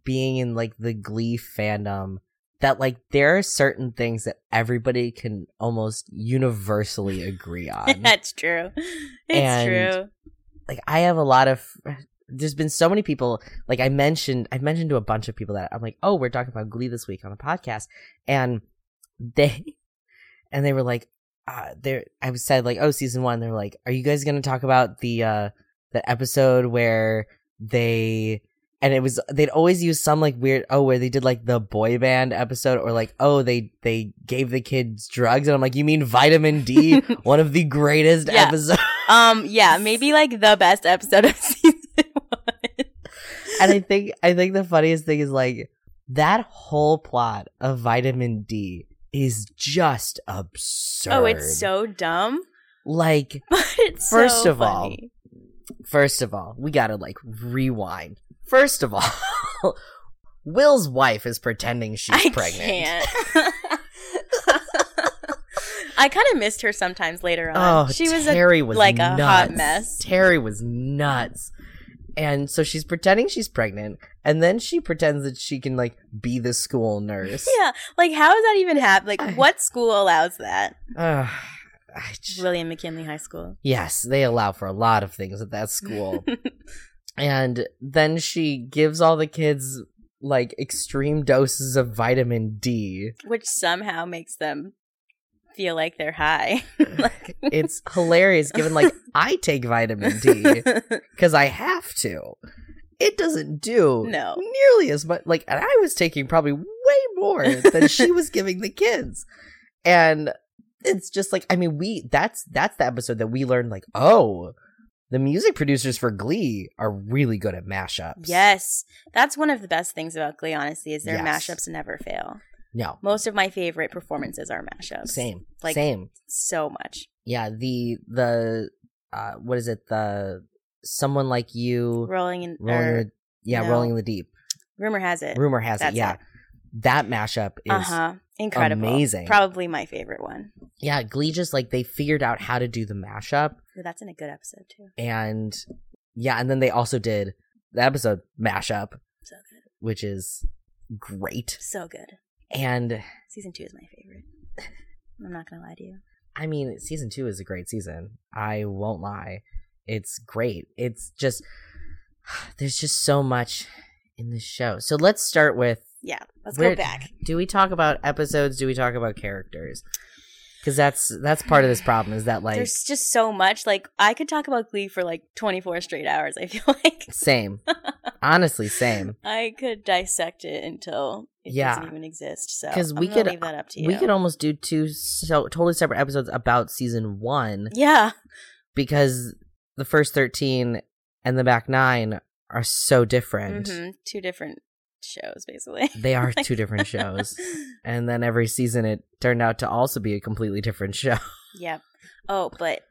Speaker 1: being in like the Glee fandom that like there are certain things that everybody can almost universally agree
Speaker 2: (laughs)
Speaker 1: on.
Speaker 2: That's true. It's
Speaker 1: And-
Speaker 2: true.
Speaker 1: like I have a lot of there's been so many people like I mentioned I've mentioned to a bunch of people that I'm like, "Oh, we're talking about Glee this week on the podcast." And they (laughs) and they were like uh they I said like, "Oh, season 1." They're like, "Are you guys going to talk about the uh the episode where they and it was they'd always use some like weird oh where they did like the boy band episode or like oh they they gave the kids drugs and I'm like you mean vitamin D one of the greatest
Speaker 2: Yeah.
Speaker 1: episodes
Speaker 2: Um, yeah, maybe like the best episode of (laughs) season one.
Speaker 1: and I think I think the funniest thing is like that whole plot of vitamin D is just absurd.
Speaker 2: Oh, it's so dumb, (laughs)
Speaker 1: like
Speaker 2: but it's so
Speaker 1: First of all,
Speaker 2: funny.
Speaker 1: first of all, we gotta like rewind. First of all, (laughs) Will's wife is pretending she's
Speaker 2: I
Speaker 1: pregnant.
Speaker 2: can't. (laughs) I kind of missed her sometimes later on.
Speaker 1: Oh,
Speaker 2: she was a
Speaker 1: Terry was
Speaker 2: like a hot
Speaker 1: nuts.
Speaker 2: mess.
Speaker 1: Terry was nuts. And so she's pretending she's pregnant, and then she pretends that she can like be the school nurse.
Speaker 2: yeah. Like, how does that even happen? Like, what school allows that?
Speaker 1: Ugh, I just,
Speaker 2: William McKinley High School.
Speaker 1: Yes, they allow for a lot of things at that school. and then she gives all the kids like extreme doses of vitamin D.
Speaker 2: which somehow makes them feel like
Speaker 1: (laughs)
Speaker 2: they're high. (laughs) Like-
Speaker 1: It's hilarious given like I take vitamin D cuz I have to. It doesn't do
Speaker 2: No.
Speaker 1: nearly as much like and I was taking probably way more than she
Speaker 2: (laughs)
Speaker 1: was giving the kids. And it's just like I mean we that's that's the episode that we learned like oh the music producers for Glee are really good at mashups.
Speaker 2: (laughs) yes, that's one of the best things about Glee. Honestly, is their
Speaker 1: Yes.
Speaker 2: mashups never fail.
Speaker 1: No.
Speaker 2: Most of my favorite performances are mashups.
Speaker 1: Same.
Speaker 2: Like-
Speaker 1: same.
Speaker 2: so much.
Speaker 1: Yeah, the the uh what is it? The someone like you
Speaker 2: Rolling in
Speaker 1: rolling
Speaker 2: or,
Speaker 1: in the, yeah,
Speaker 2: no.
Speaker 1: rolling in the deep.
Speaker 2: rumor has it.
Speaker 1: Rumor has
Speaker 2: That's
Speaker 1: it. Yeah.
Speaker 2: it.
Speaker 1: That mashup is
Speaker 2: Uh huh. Incredible.
Speaker 1: amazing.
Speaker 2: Probably my favorite one.
Speaker 1: yeah, Glee just like they figured out how to do the mashup
Speaker 2: Ooh, That's in a good episode too.
Speaker 1: and yeah, and then they also did the episode mashup,
Speaker 2: So good.
Speaker 1: which is great.
Speaker 2: So good.
Speaker 1: And
Speaker 2: Season two is my favorite. I'm not gonna lie to you.
Speaker 1: I mean, season two is a great season. I won't lie. It's great. It's just, (sighs) there's just so much in this show. So let's start with
Speaker 2: Yeah. Let's
Speaker 1: where-
Speaker 2: go back.
Speaker 1: Do we talk about episodes? Do we talk about characters? Because that's that's part of this problem is that like
Speaker 2: There's just so much. Like I could talk about Glee for like 24 straight hours. I (laughs) feel like (laughs)
Speaker 1: same, honestly same.
Speaker 2: I could dissect it until it
Speaker 1: Yeah.
Speaker 2: doesn't even exist. So
Speaker 1: 'Cause
Speaker 2: I'm
Speaker 1: we
Speaker 2: gonna
Speaker 1: could-
Speaker 2: leave that up to you.
Speaker 1: We could almost do two so totally separate episodes about season one
Speaker 2: yeah,
Speaker 1: because the first thirteen and the back nine are so different.
Speaker 2: hmm two different shows basically.
Speaker 1: They
Speaker 2: (laughs)
Speaker 1: are two different shows. and then every season it turned out to also be a completely different show. (laughs)
Speaker 2: yep. Oh, but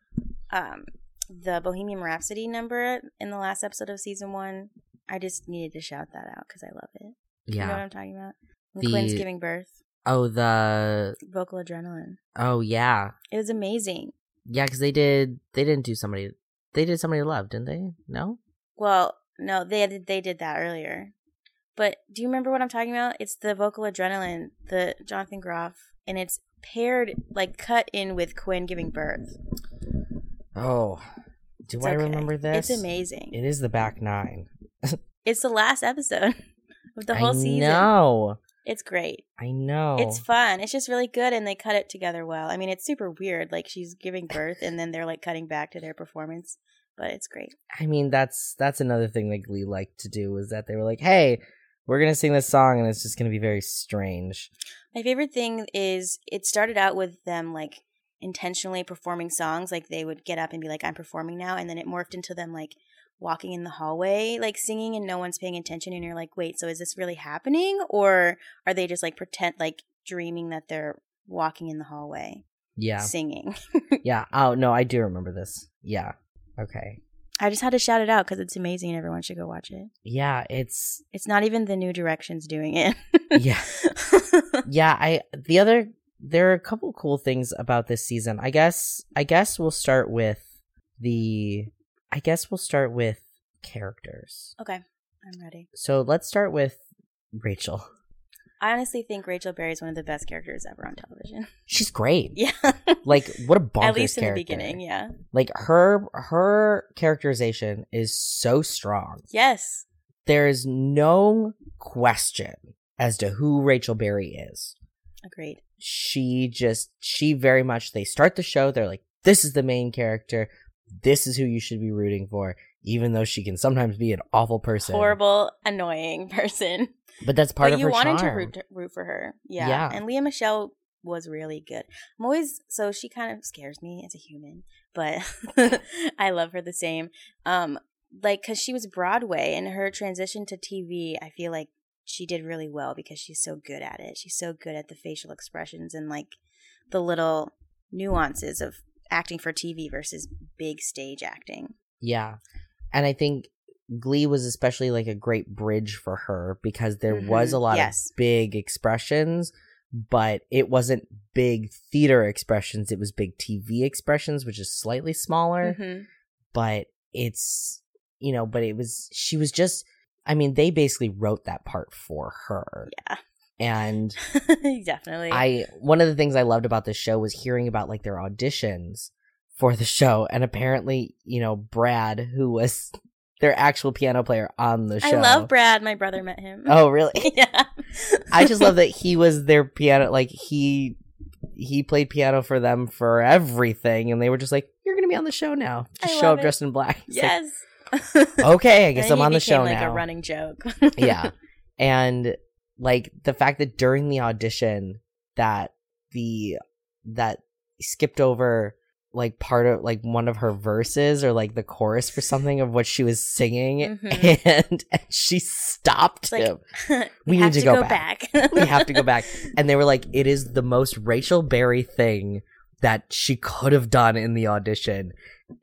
Speaker 2: um, the Bohemian Rhapsody number in the last episode of season one, I just needed to shout that out because I love it. You know what
Speaker 1: Yeah.
Speaker 2: I'm talking about? When
Speaker 1: The-
Speaker 2: Quinn's giving birth,
Speaker 1: Oh the
Speaker 2: vocal adrenaline.
Speaker 1: oh yeah
Speaker 2: It was amazing.
Speaker 1: yeah because they did they didn't do somebody they did somebody to love didn't they no
Speaker 2: Well, no, they did- they did that earlier. But do you remember what I'm talking about? It's the vocal adrenaline, the Jonathan Groff, and it's paired like cut in with Quinn giving birth.
Speaker 1: oh do
Speaker 2: It's
Speaker 1: I
Speaker 2: okay.
Speaker 1: remember this
Speaker 2: It's amazing.
Speaker 1: it is the back nine
Speaker 2: it's the last episode (laughs) of the whole
Speaker 1: I
Speaker 2: season.
Speaker 1: know
Speaker 2: It's great.
Speaker 1: I know
Speaker 2: It's fun. It's just really good, and they cut it together well. I mean, it's super weird. Like she's giving birth, and then they're like cutting back to their performance, but it's great.
Speaker 1: I mean that's that's another thing that Glee liked to do was that they were like hey we're gonna sing this song and it's just gonna be very strange
Speaker 2: My favorite thing is it started out with them like intentionally performing songs. Like they would get up and be like, I'm performing now. And then it morphed into them like walking in the hallway, like singing and no one's paying attention and you're like, wait, so is this really happening? Or are they just like pretend like dreaming that they're walking in the hallway (laughs)
Speaker 1: Yeah.
Speaker 2: singing?
Speaker 1: Yeah. Oh, no, I do remember this. Yeah. Okay.
Speaker 2: I just had to shout it out because it's amazing and everyone should go watch it.
Speaker 1: Yeah, it's
Speaker 2: (laughs) It's not even the new directions doing
Speaker 1: (laughs)
Speaker 2: it.
Speaker 1: Yeah. yeah i the other there are a couple cool things about this season i guess i guess we'll start with the i guess we'll start with characters
Speaker 2: okay. I'm ready.
Speaker 1: so let's start with rachel
Speaker 2: I honestly think Rachel Berry is one of the best characters ever on television. (laughs)
Speaker 1: she's great
Speaker 2: Yeah.
Speaker 1: like what a bonkers
Speaker 2: At least in
Speaker 1: character.
Speaker 2: the beginning, yeah.
Speaker 1: like her her characterization is so strong
Speaker 2: Yes.
Speaker 1: there is no question as to who rachel berry is
Speaker 2: Agreed.
Speaker 1: she just she very much they start the show they're like this is the main character this is who you should be rooting for even though she can sometimes be an awful person
Speaker 2: Horrible, annoying person.
Speaker 1: but that's part
Speaker 2: but
Speaker 1: of
Speaker 2: you
Speaker 1: her
Speaker 2: wanted
Speaker 1: charm
Speaker 2: to root, root for her. Yeah.
Speaker 1: Yeah.
Speaker 2: And Leah Michelle was really good. I'm always so she kind of scares me as a human, but (laughs) I love her the same. Um like cuz she was Broadway and her transition to TV, I feel like she did really well because she's so good at it. She's so good at the facial expressions and like the little nuances of acting for TV versus big stage acting.
Speaker 1: yeah and i think glee was especially like a great bridge for her because there was
Speaker 2: Mhm.
Speaker 1: a lot
Speaker 2: Yes.
Speaker 1: of big expressions but it wasn't big theater expressions it was big tv expressions which is slightly smaller
Speaker 2: Mhm.
Speaker 1: but it's you know but it was she was just i mean they basically wrote that part for her
Speaker 2: Yeah. (laughs)
Speaker 1: and
Speaker 2: Definitely.
Speaker 1: i one of the things i loved about this show was hearing about like their auditions for the show and apparently you know brad who was (laughs) their actual piano player on the
Speaker 2: I
Speaker 1: show
Speaker 2: love Brad. My brother met
Speaker 1: (laughs)
Speaker 2: him.
Speaker 1: oh really
Speaker 2: (laughs) yeah. (laughs)
Speaker 1: i just love that he was their piano like he he played piano for them for everything and they were just like you're gonna be on the show now
Speaker 2: I
Speaker 1: just show
Speaker 2: love
Speaker 1: up
Speaker 2: it.
Speaker 1: dressed in black It's like,
Speaker 2: yes.
Speaker 1: okay i guess
Speaker 2: And
Speaker 1: i'm
Speaker 2: he
Speaker 1: on the
Speaker 2: became,
Speaker 1: show
Speaker 2: like
Speaker 1: now
Speaker 2: a running joke.
Speaker 1: (laughs)
Speaker 2: (laughs)
Speaker 1: yeah and like the fact that during the audition that the that skipped over like part of like one of her verses or like the chorus for something of what she was singing
Speaker 2: Mhm.
Speaker 1: (laughs) and, and she stopped
Speaker 2: It's like-
Speaker 1: him We
Speaker 2: we have
Speaker 1: need to
Speaker 2: to
Speaker 1: go
Speaker 2: go, back.
Speaker 1: back. (laughs) we have to go
Speaker 2: (laughs)
Speaker 1: back and they were like it is the most rachel berry thing that she could have done in the audition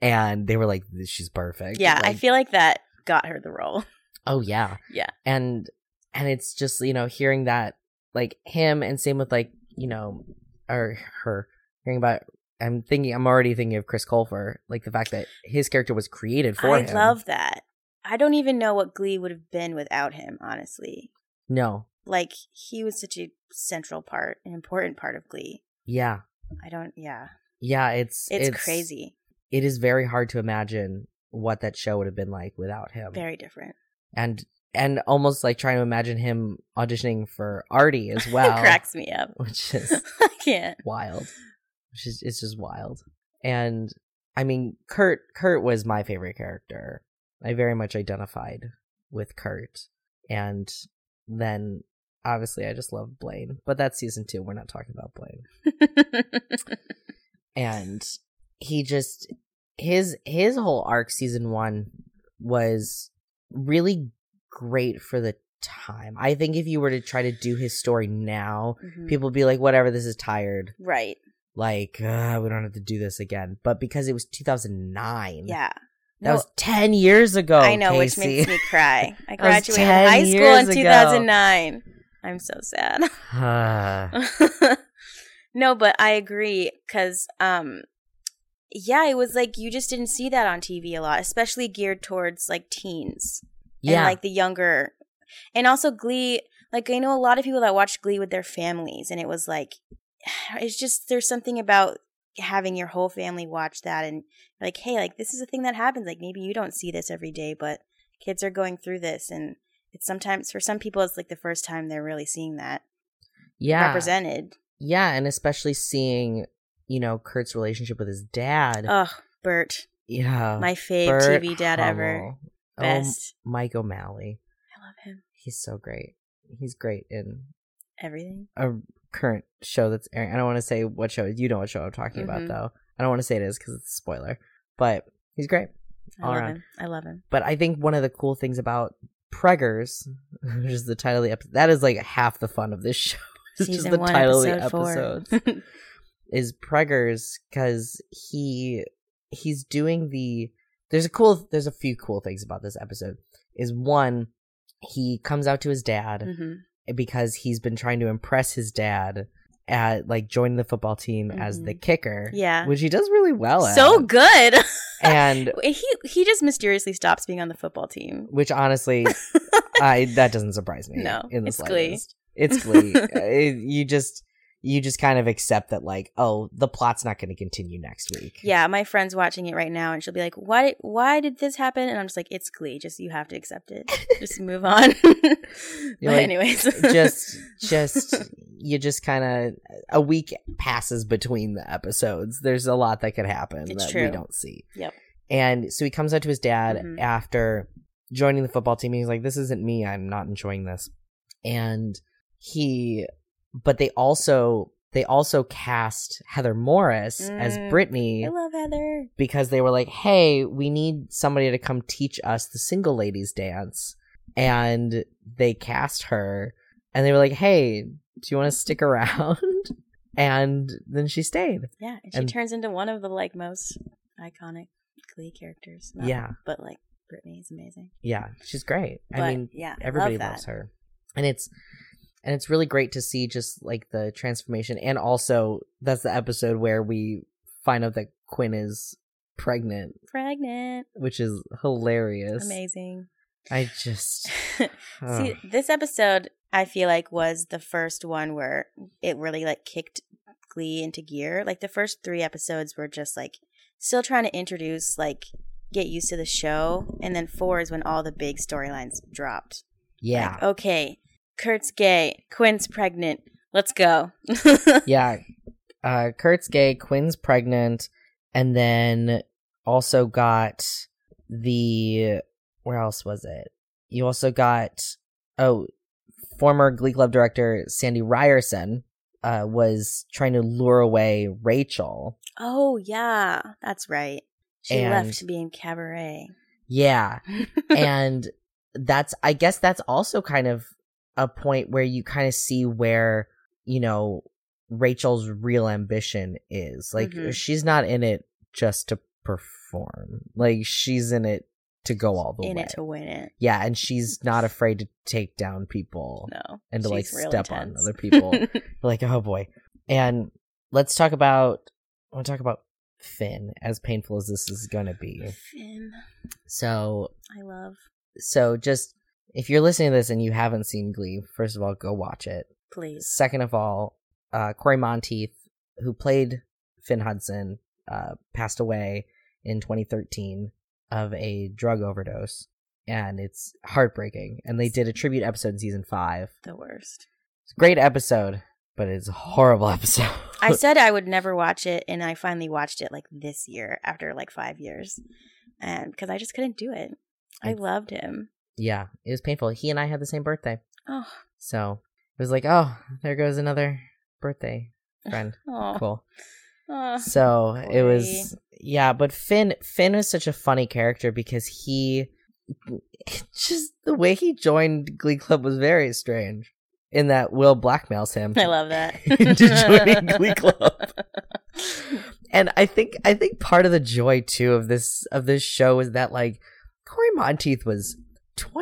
Speaker 1: and they were like she's perfect
Speaker 2: Yeah, I
Speaker 1: Like,
Speaker 2: feel like that got her the role.
Speaker 1: Oh yeah.
Speaker 2: Yeah.
Speaker 1: And and it's just, you know, hearing that like him and same with like, you know, or her hearing about I'm thinking I'm already thinking of Chris Colfer, like the fact that his character was created for
Speaker 2: I
Speaker 1: him.
Speaker 2: love that. I don't even know what Glee would have been without him, honestly.
Speaker 1: No.
Speaker 2: Like he was such a central part, an important part of Glee.
Speaker 1: Yeah.
Speaker 2: I don't. Yeah,
Speaker 1: Yeah, it's,
Speaker 2: it's, crazy.
Speaker 1: It is very hard to imagine what that show would have been like without him.
Speaker 2: Very different.
Speaker 1: And and almost like trying to imagine him auditioning for Artie
Speaker 2: (laughs)
Speaker 1: as well.
Speaker 2: it cracks me up. (laughs)
Speaker 1: Which is
Speaker 2: I can't. (laughs)
Speaker 1: wild. Which is it's just wild. And I mean Kurt Kurt was my favorite character. I very much identified with Kurt. And then obviously I just love Blaine. But that's season two. We're not talking about Blaine. And he just his his whole arc season one was really great for the time. I think if you were to try to do his story now,
Speaker 2: Mhm.
Speaker 1: people would be like, whatever, this is tired
Speaker 2: right?
Speaker 1: like uh, we don't have to do this again but because it was 2009
Speaker 2: Yeah.
Speaker 1: Mm. that
Speaker 2: No,
Speaker 1: was 10 years ago
Speaker 2: I know,
Speaker 1: Oh, Casey. (laughs)
Speaker 2: which makes me cry. I
Speaker 1: That was
Speaker 2: graduated
Speaker 1: 10
Speaker 2: high school
Speaker 1: years
Speaker 2: in
Speaker 1: ago.
Speaker 2: 2009. I'm so sad. (laughs)
Speaker 1: Ah,
Speaker 2: no, but I agree because, um, yeah, it was like you just didn't see that on TV a lot, especially geared towards like teens and
Speaker 1: yeah
Speaker 2: like the younger, and also Glee. Like I know a lot of people that watch Glee with their families, and it was like, (sighs) it's just there's something about having your whole family watch that and like, hey, like this is a thing that happens. Like maybe you don't see this every day, but kids are going through this, and it's sometimes for some people it's like the first time they're really seeing that
Speaker 1: yeah
Speaker 2: represented.
Speaker 1: yeah and especially seeing you know kurt's relationship with his dad
Speaker 2: Ugh, Bert,
Speaker 1: yeah
Speaker 2: Oh, my fave
Speaker 1: Bert
Speaker 2: TV dad ever.
Speaker 1: Hummel. Oh,
Speaker 2: Best.
Speaker 1: mike o'malley
Speaker 2: I love him.
Speaker 1: he's so great he's great in
Speaker 2: Everything.
Speaker 1: a current show that's airing i don't want to say what show you know what show i'm talking
Speaker 2: Mhm.
Speaker 1: about though i don't want to say it is because it's a spoiler but he's great
Speaker 2: I
Speaker 1: All
Speaker 2: love
Speaker 1: around.
Speaker 2: him. I love him.
Speaker 1: But I think one of the cool things about Preggers, (laughs) which is the title of the episode, that is like half the fun of this (laughs) show. It's just
Speaker 2: Season
Speaker 1: the
Speaker 2: one,
Speaker 1: title of
Speaker 2: episode
Speaker 1: the
Speaker 2: four.
Speaker 1: episodes.
Speaker 2: (laughs)
Speaker 1: is Preggers because he he's doing the there's a cool there's a few cool things about this episode. Is one, he comes out to his dad
Speaker 2: hmm
Speaker 1: because he's been trying to impress his dad at like joining the football team as
Speaker 2: Mhm.
Speaker 1: the kicker.
Speaker 2: Yeah.
Speaker 1: Which he does really well at.
Speaker 2: so good. (laughs)
Speaker 1: and
Speaker 2: he he just mysteriously stops being on the football team. (laughs)
Speaker 1: which honestly I that doesn't surprise me.
Speaker 2: No,
Speaker 1: in the
Speaker 2: it's Glee.
Speaker 1: slightest. It's
Speaker 2: (laughs)
Speaker 1: Glee. Uh, it- you just you just kind of accept that like, oh, the plot's not going to continue next week.
Speaker 2: Yeah, my friend's watching it right now, and she'll be like, "Why? Why did this happen?" And I'm just like, "It's Glee. Just you have to accept it. Just
Speaker 1: (laughs)
Speaker 2: move on." (laughs) but
Speaker 1: like,
Speaker 2: anyways,
Speaker 1: just
Speaker 2: (laughs)
Speaker 1: just you just kind of a week passes between the episodes there's a lot that could happen
Speaker 2: It's
Speaker 1: that we
Speaker 2: true.
Speaker 1: don't see
Speaker 2: Yep.
Speaker 1: and so he comes out to his dad
Speaker 2: Mhm.
Speaker 1: after joining the football team he's like this isn't me i'm not enjoying this and he but they also they also cast heather morris as
Speaker 2: Mm.
Speaker 1: brittany
Speaker 2: I love Heather.
Speaker 1: because they were like, "Hey, we need somebody to come teach us the single ladies dance," and they cast her, and they were like, "Hey, do you want to stick around?" (laughs) and then she stayed.
Speaker 2: Yeah, and she
Speaker 1: And-
Speaker 2: turns into one of the like most iconic Glee characters. Not-
Speaker 1: Yeah,
Speaker 2: but like Brittany is amazing.
Speaker 1: yeah, she's great.
Speaker 2: But,
Speaker 1: I mean,
Speaker 2: yeah, I
Speaker 1: everybody
Speaker 2: love that.
Speaker 1: loves her, and it's and it's really great to see just like the transformation, and also that's the episode where we find out that Quinn is pregnant,
Speaker 2: Pregnant,
Speaker 1: which is hilarious.
Speaker 2: amazing. (laughs)
Speaker 1: I just
Speaker 2: See,
Speaker 1: ugh.
Speaker 2: this episode I feel like was the first one where it really like kicked Glee into gear. Like the first three episodes were just like still trying to introduce, like get used to the show, and then four is when all the big storylines dropped.
Speaker 1: yeah.
Speaker 2: Like, okay, Kurt's gay, Quinn's pregnant. Let's go. (laughs)
Speaker 1: yeah. Uh, Kurt's gay, Quinn's pregnant, and then also got the where else was it? You also got oh, former Glee Club director Sandy Ryerson uh, was trying to lure away Rachel.
Speaker 2: oh yeah, that's right. She
Speaker 1: And-
Speaker 2: left to be in cabaret. (laughs)
Speaker 1: Yeah, and that's I guess that's also kind of a point where you kind of see where you know Rachel's real ambition is. Like
Speaker 2: Mhm.
Speaker 1: she's not in it just to perform. Like she's in it to go all the
Speaker 2: in
Speaker 1: way.
Speaker 2: it to win it.
Speaker 1: yeah, and she's
Speaker 2: (laughs)
Speaker 1: not afraid to take down people
Speaker 2: No,
Speaker 1: and to like
Speaker 2: she's real
Speaker 1: step on
Speaker 2: intense.
Speaker 1: other people.
Speaker 2: (laughs)
Speaker 1: like oh boy. And let's talk about I want to talk about Finn as painful as this is going to be.
Speaker 2: Finn,
Speaker 1: So,
Speaker 2: I love.
Speaker 1: so just if you're listening to this and you haven't seen Glee, first of all, go watch it.
Speaker 2: Please.
Speaker 1: Second of all, uh, Corey Monteith, who played Finn Hudson, uh, passed away in 2013 of a drug overdose, and it's heartbreaking. And they did a tribute episode in season five.
Speaker 2: The worst.
Speaker 1: It's a great episode, but it's a horrible (laughs) episode.
Speaker 2: I said I would never watch it, and I finally watched it like this year after like five years, and because I just couldn't do it. I
Speaker 1: It's-
Speaker 2: loved him.
Speaker 1: yeah, it was painful. He and I had the same birthday,
Speaker 2: Oh,
Speaker 1: so it was like, oh, there goes another birthday
Speaker 2: (laughs)
Speaker 1: friend.
Speaker 2: oh,
Speaker 1: Cool. (laughs)
Speaker 2: oh.
Speaker 1: so it
Speaker 2: Corey.
Speaker 1: was yeah but finn finn was such a funny character because he just the way he joined glee club was very strange in that will blackmails him
Speaker 2: I
Speaker 1: (laughs)
Speaker 2: love that.
Speaker 1: into joining
Speaker 2: (laughs)
Speaker 1: glee club and i think i think part of the joy too of this of this show is that like corey monteith was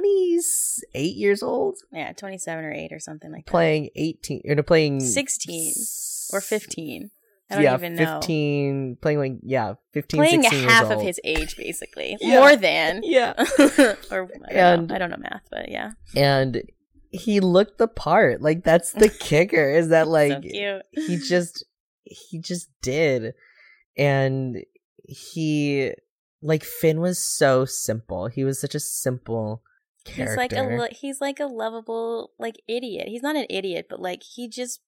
Speaker 1: 28 years old
Speaker 2: yeah, twenty-seven or eight or something like
Speaker 1: playing 18 or playing
Speaker 2: that. Sixteen or fifteen. I don't
Speaker 1: yeah,
Speaker 2: even know.
Speaker 1: 15, playing like, yeah, 15,
Speaker 2: Playing
Speaker 1: 16 years
Speaker 2: half of
Speaker 1: old.
Speaker 2: his age, basically,
Speaker 1: Yeah.
Speaker 2: more than. (laughs)
Speaker 1: Yeah.
Speaker 2: or I don't,
Speaker 1: And-
Speaker 2: know. I don't know math, but yeah,
Speaker 1: and he looked the part. Like that's
Speaker 2: (laughs)
Speaker 1: the kicker is that
Speaker 2: so
Speaker 1: like
Speaker 2: cute.
Speaker 1: he just he just did. And he like Finn was so simple. He was such a simple character.
Speaker 2: He's like a lo- he's like a lovable like idiot. He's not an idiot, but like he just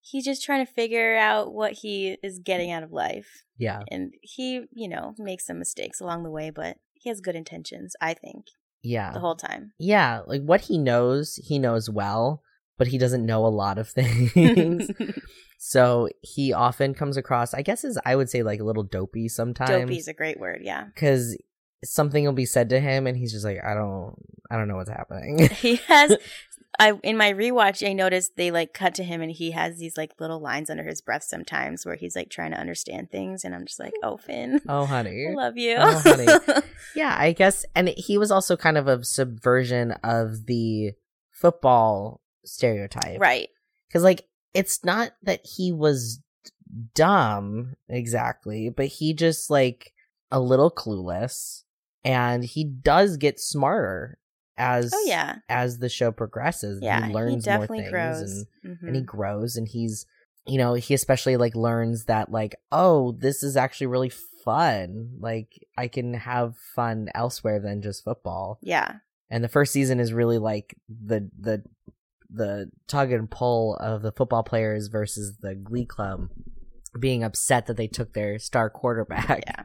Speaker 2: he's just trying to figure out what he is getting out of life.
Speaker 1: yeah.
Speaker 2: And he, you know, makes some mistakes along the way, but he has good intentions, I think, the
Speaker 1: Yeah.
Speaker 2: whole
Speaker 1: (laughs)
Speaker 2: time. (laughs)
Speaker 1: Yeah, like what he knows, he knows well, but he doesn't know a lot of (laughs)
Speaker 2: (laughs)
Speaker 1: things. so he often comes across, I guess, as I would say, like a little dopey sometimes.
Speaker 2: Dopey is a great word, yeah. (laughs)
Speaker 1: because something will be said to him and he's just like, I don't I don't know what's happening. (laughs)
Speaker 2: he has I in my rewatch I noticed they like cut to him and he has these like little lines under his breath sometimes where he's like trying to understand things and I'm just like, "Oh, Finn, (laughs)
Speaker 1: oh honey.
Speaker 2: I love you."
Speaker 1: Oh, honey. Yeah, I guess and he was also kind of a subversion of the football stereotype.
Speaker 2: (laughs) right.
Speaker 1: Cuz like it's not that he was dumb exactly, but he just like a little clueless and he does get smarter as
Speaker 2: Oh yeah.
Speaker 1: as the show progresses.
Speaker 2: Yeah.
Speaker 1: he
Speaker 2: He,
Speaker 1: learns
Speaker 2: definitely
Speaker 1: more things
Speaker 2: grows.
Speaker 1: And,
Speaker 2: Mhm.
Speaker 1: and he grows and he's you know, he especially like learns that like, oh, this is actually really fun. Like I can have fun elsewhere than just football.
Speaker 2: yeah.
Speaker 1: And the first season is really like the the the tug and pull of the football players versus the glee club being upset that they took their star quarterback.
Speaker 2: Yeah.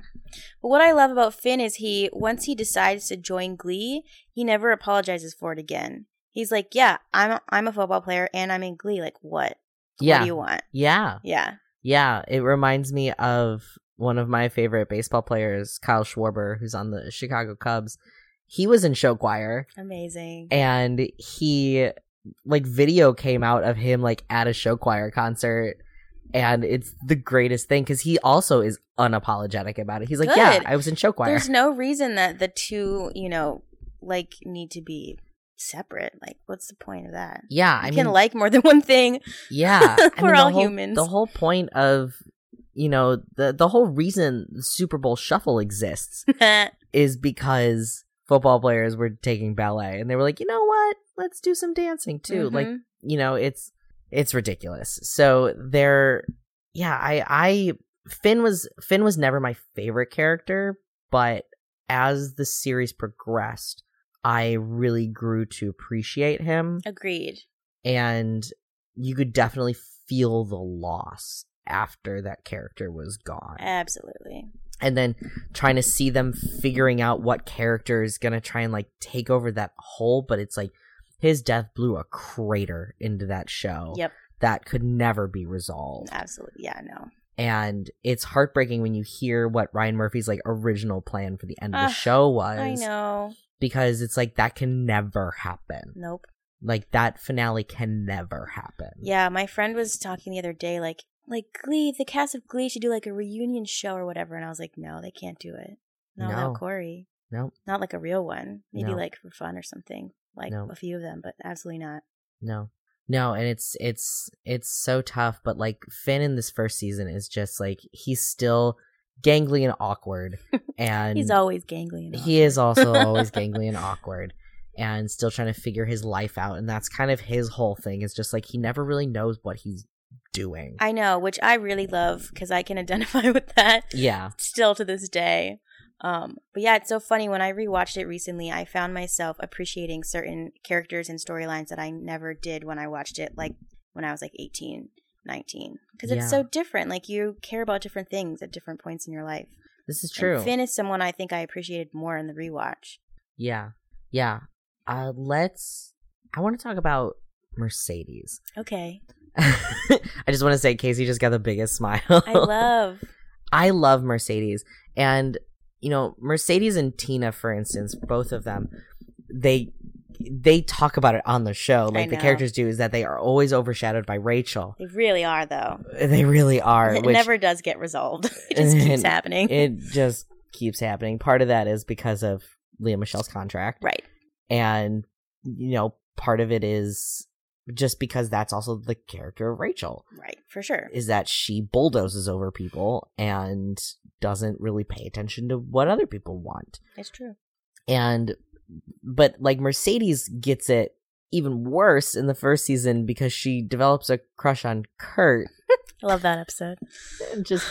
Speaker 2: But what I love about Finn is he, once he decides to join Glee, he never apologizes for it again. He's like, yeah, I'm a, I'm a football player and I'm in Glee. Like, what? What
Speaker 1: (laughs) Yeah.
Speaker 2: do you want?
Speaker 1: yeah.
Speaker 2: Yeah.
Speaker 1: Yeah, it reminds me of one of my favorite baseball players, Kyle Schwarber, who's on the Chicago Cubs. He was in show choir
Speaker 2: Amazing.
Speaker 1: and he like video came out of him like at a show choir concert and it's the greatest thing cuz he also is unapologetic about it. He's like, "Yeah,
Speaker 2: Good.
Speaker 1: I was in show choir."
Speaker 2: There's no reason that the two, you know, like need to be separate. Like, what's the point of that?
Speaker 1: yeah,
Speaker 2: You
Speaker 1: I
Speaker 2: can
Speaker 1: mean,
Speaker 2: like more than (laughs) one thing. (laughs)
Speaker 1: yeah, I
Speaker 2: We're
Speaker 1: mean, the
Speaker 2: all
Speaker 1: whole-
Speaker 2: humans.
Speaker 1: The whole point of you know, the the whole reason the Super Bowl shuffle exists is because football players were taking ballet and they were like, you know what? Let's do some dancing too. Like,
Speaker 2: Mhm.
Speaker 1: you know, it's it's ridiculous. So they're yeah, I I Finn was Finn was never my favorite character, but as the series progressed, I really grew to appreciate him
Speaker 2: agreed.
Speaker 1: and you could definitely feel the loss after that character was gone
Speaker 2: Eh. Absolutely.
Speaker 1: and then trying to see them figuring out what character is gonna try and like take over that hole but it's like his death blew a crater into that show
Speaker 2: Yep.
Speaker 1: that could never be resolved
Speaker 2: Absolutely. Yeah. No.
Speaker 1: and it's heartbreaking when you hear what ryan murphy's like original plan for the end of
Speaker 2: Ugh,
Speaker 1: the show was
Speaker 2: I know.
Speaker 1: because it's like that can never happen
Speaker 2: Nope.
Speaker 1: like that finale can never happen
Speaker 2: Yeah, my friend was talking the other day, like like Glee, the cast of Glee should do like a reunion show or whatever, and I was like, no, they can't do it. Not
Speaker 1: No.
Speaker 2: without Corey.
Speaker 1: Nope.
Speaker 2: Not like a real one. Maybe
Speaker 1: No.
Speaker 2: like for fun or something. Like
Speaker 1: No.
Speaker 2: a few of them, but absolutely not.
Speaker 1: No. No, and it's it's it's so tough, but like Finn in this first season is just like he's still gangly and awkward and
Speaker 2: (laughs) He's always gangly. And
Speaker 1: he is
Speaker 2: awkward.
Speaker 1: also always gangly and awkward and still trying to figure his life out and that's kind of his whole thing is just like he never really knows what he's doing.
Speaker 2: I know, which I really love because I can (laughs) identify with that.
Speaker 1: yeah.
Speaker 2: still to this day. Um, but yeah, it's so funny when I rewatched it recently. I found myself appreciating certain characters and storylines that I never did when I watched it, like when I was like 18, 19. Because it's
Speaker 1: Yeah.
Speaker 2: so different. Like you care about different things at different points in your life.
Speaker 1: This is
Speaker 2: And
Speaker 1: true.
Speaker 2: Finn is someone I think I appreciated more in the rewatch.
Speaker 1: yeah. Yeah. Uh let's I want to talk about Mercedes. (laughs)
Speaker 2: Okay.
Speaker 1: I just want to say Casey just got the biggest (laughs) smile.
Speaker 2: I love.
Speaker 1: I love Mercedes. And, you know, Mercedes and Tina, for instance, both of them, they they talk about it on the show, like the
Speaker 2: know.
Speaker 1: characters do, is that they are always overshadowed by Rachel.
Speaker 2: They really are, though.
Speaker 1: They really are.
Speaker 2: it
Speaker 1: which
Speaker 2: never does get resolved. (laughs)
Speaker 1: (laughs)
Speaker 2: it just keeps happening.
Speaker 1: It just keeps happening. Part of that is because of Leah Michelle's contract.
Speaker 2: right.
Speaker 1: And, you know, part of it is just because that's also the character of Rachel.
Speaker 2: Right. For sure.
Speaker 1: is that she bulldozes over people and doesn't really pay attention to what other people want.
Speaker 2: It's true.
Speaker 1: And but like Mercedes gets it even worse in the first season because she develops a crush on
Speaker 2: (laughs)
Speaker 1: Kurt.
Speaker 2: I love that (laughs) episode.
Speaker 1: Just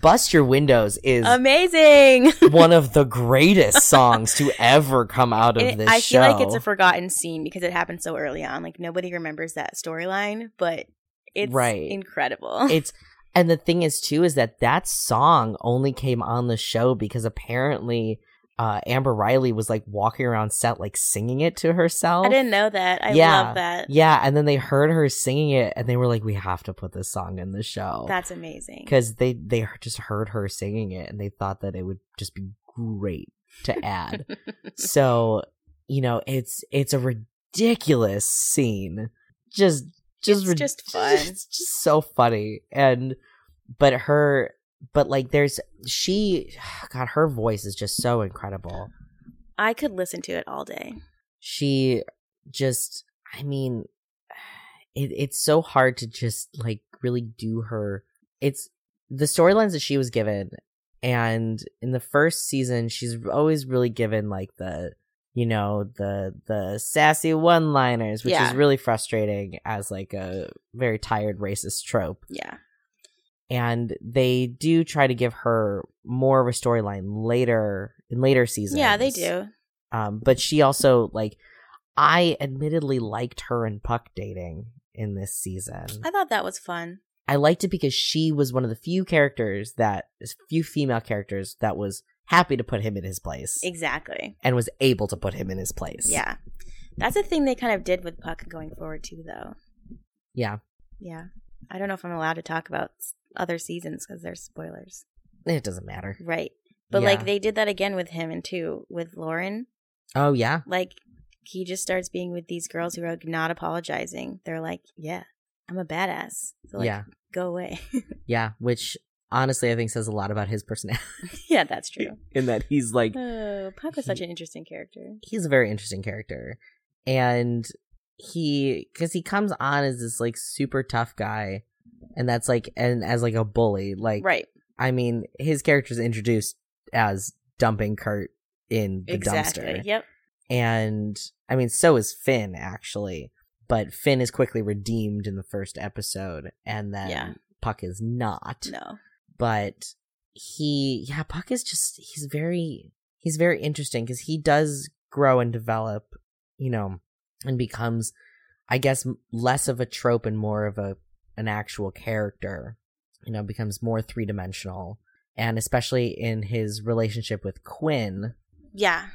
Speaker 1: Bust Your Windows is
Speaker 2: Um, (laughs) Amazing.
Speaker 1: one of the greatest songs to ever come out of
Speaker 2: And it-
Speaker 1: this
Speaker 2: I
Speaker 1: show.
Speaker 2: feel like it's a forgotten scene because it happened so early on. Like nobody remembers that storyline, but it's
Speaker 1: Right.
Speaker 2: incredible.
Speaker 1: it's and the thing is too is that that song only came on the show because apparently uh amber riley was like walking around set like singing it to herself
Speaker 2: (laughs) I didn't know that. I
Speaker 1: Yeah.
Speaker 2: love that.
Speaker 1: yeah and then they heard her singing it and they were like we have to put this song in the show
Speaker 2: That's amazing.
Speaker 1: because they they just heard her singing it and they thought that it would just be great to
Speaker 2: (laughs)
Speaker 1: add. so, you know, it's it's a ridiculous scene. Just just
Speaker 2: It's
Speaker 1: rid-
Speaker 2: just fun.
Speaker 1: It's (laughs) just so funny. And but her but like there's she (sighs) god her voice is just so incredible.
Speaker 2: I could listen to it all day.
Speaker 1: She just I mean it it's so hard to just like really do her it's the storylines that she was given and in the first season she's always really given like the you know the the sassy one liners which
Speaker 2: Yeah.
Speaker 1: is really frustrating as like a very tired racist trope
Speaker 2: Yeah.
Speaker 1: and they do try to give her more of a storyline later in later seasons.
Speaker 2: Yeah, they do.
Speaker 1: Um, but she also like I admittedly liked her and Puck dating in this season.
Speaker 2: I thought that was fun.
Speaker 1: I liked it because she was one of the few characters that few female characters that was happy to put him in his place
Speaker 2: Exactly.
Speaker 1: and was able to put him in his place.
Speaker 2: Yeah. That's a thing they kind of did with Puck going forward too though.
Speaker 1: Yeah.
Speaker 2: Yeah. I don't know if I'm allowed to talk about s- other seasons cuz they're spoilers.
Speaker 1: It doesn't matter.
Speaker 2: Right. But
Speaker 1: Yeah.
Speaker 2: like they did that again with him and too with Lauren.
Speaker 1: Oh yeah.
Speaker 2: Like he just starts being with these girls who are not apologizing. They're like, "Yeah, I'm a badass." So like,
Speaker 1: yeah.
Speaker 2: go away. (laughs)
Speaker 1: Yeah. Which honestly I think says a lot about his personality
Speaker 2: yeah, that's true.
Speaker 1: in that he's like
Speaker 2: (laughs) Oh, Puck was
Speaker 1: He-
Speaker 2: such an interesting character.
Speaker 1: he's a very interesting character and he because he comes on as this like super tough guy and that's like and as like a bully like
Speaker 2: Right.
Speaker 1: i mean his character's introduced as dumping kurt in the
Speaker 2: Exactly.
Speaker 1: dumpster
Speaker 2: Yep.
Speaker 1: and i mean so is finn actually but finn is quickly redeemed in the first episode and then
Speaker 2: Yeah.
Speaker 1: puck is not
Speaker 2: No.
Speaker 1: but he yeah puck is just he's very he's very interesting because he does grow and develop you know and becomes i guess m- less of a trope and more of a an actual character you know becomes more three-dimensional and especially in his relationship with quinn
Speaker 2: Yeah.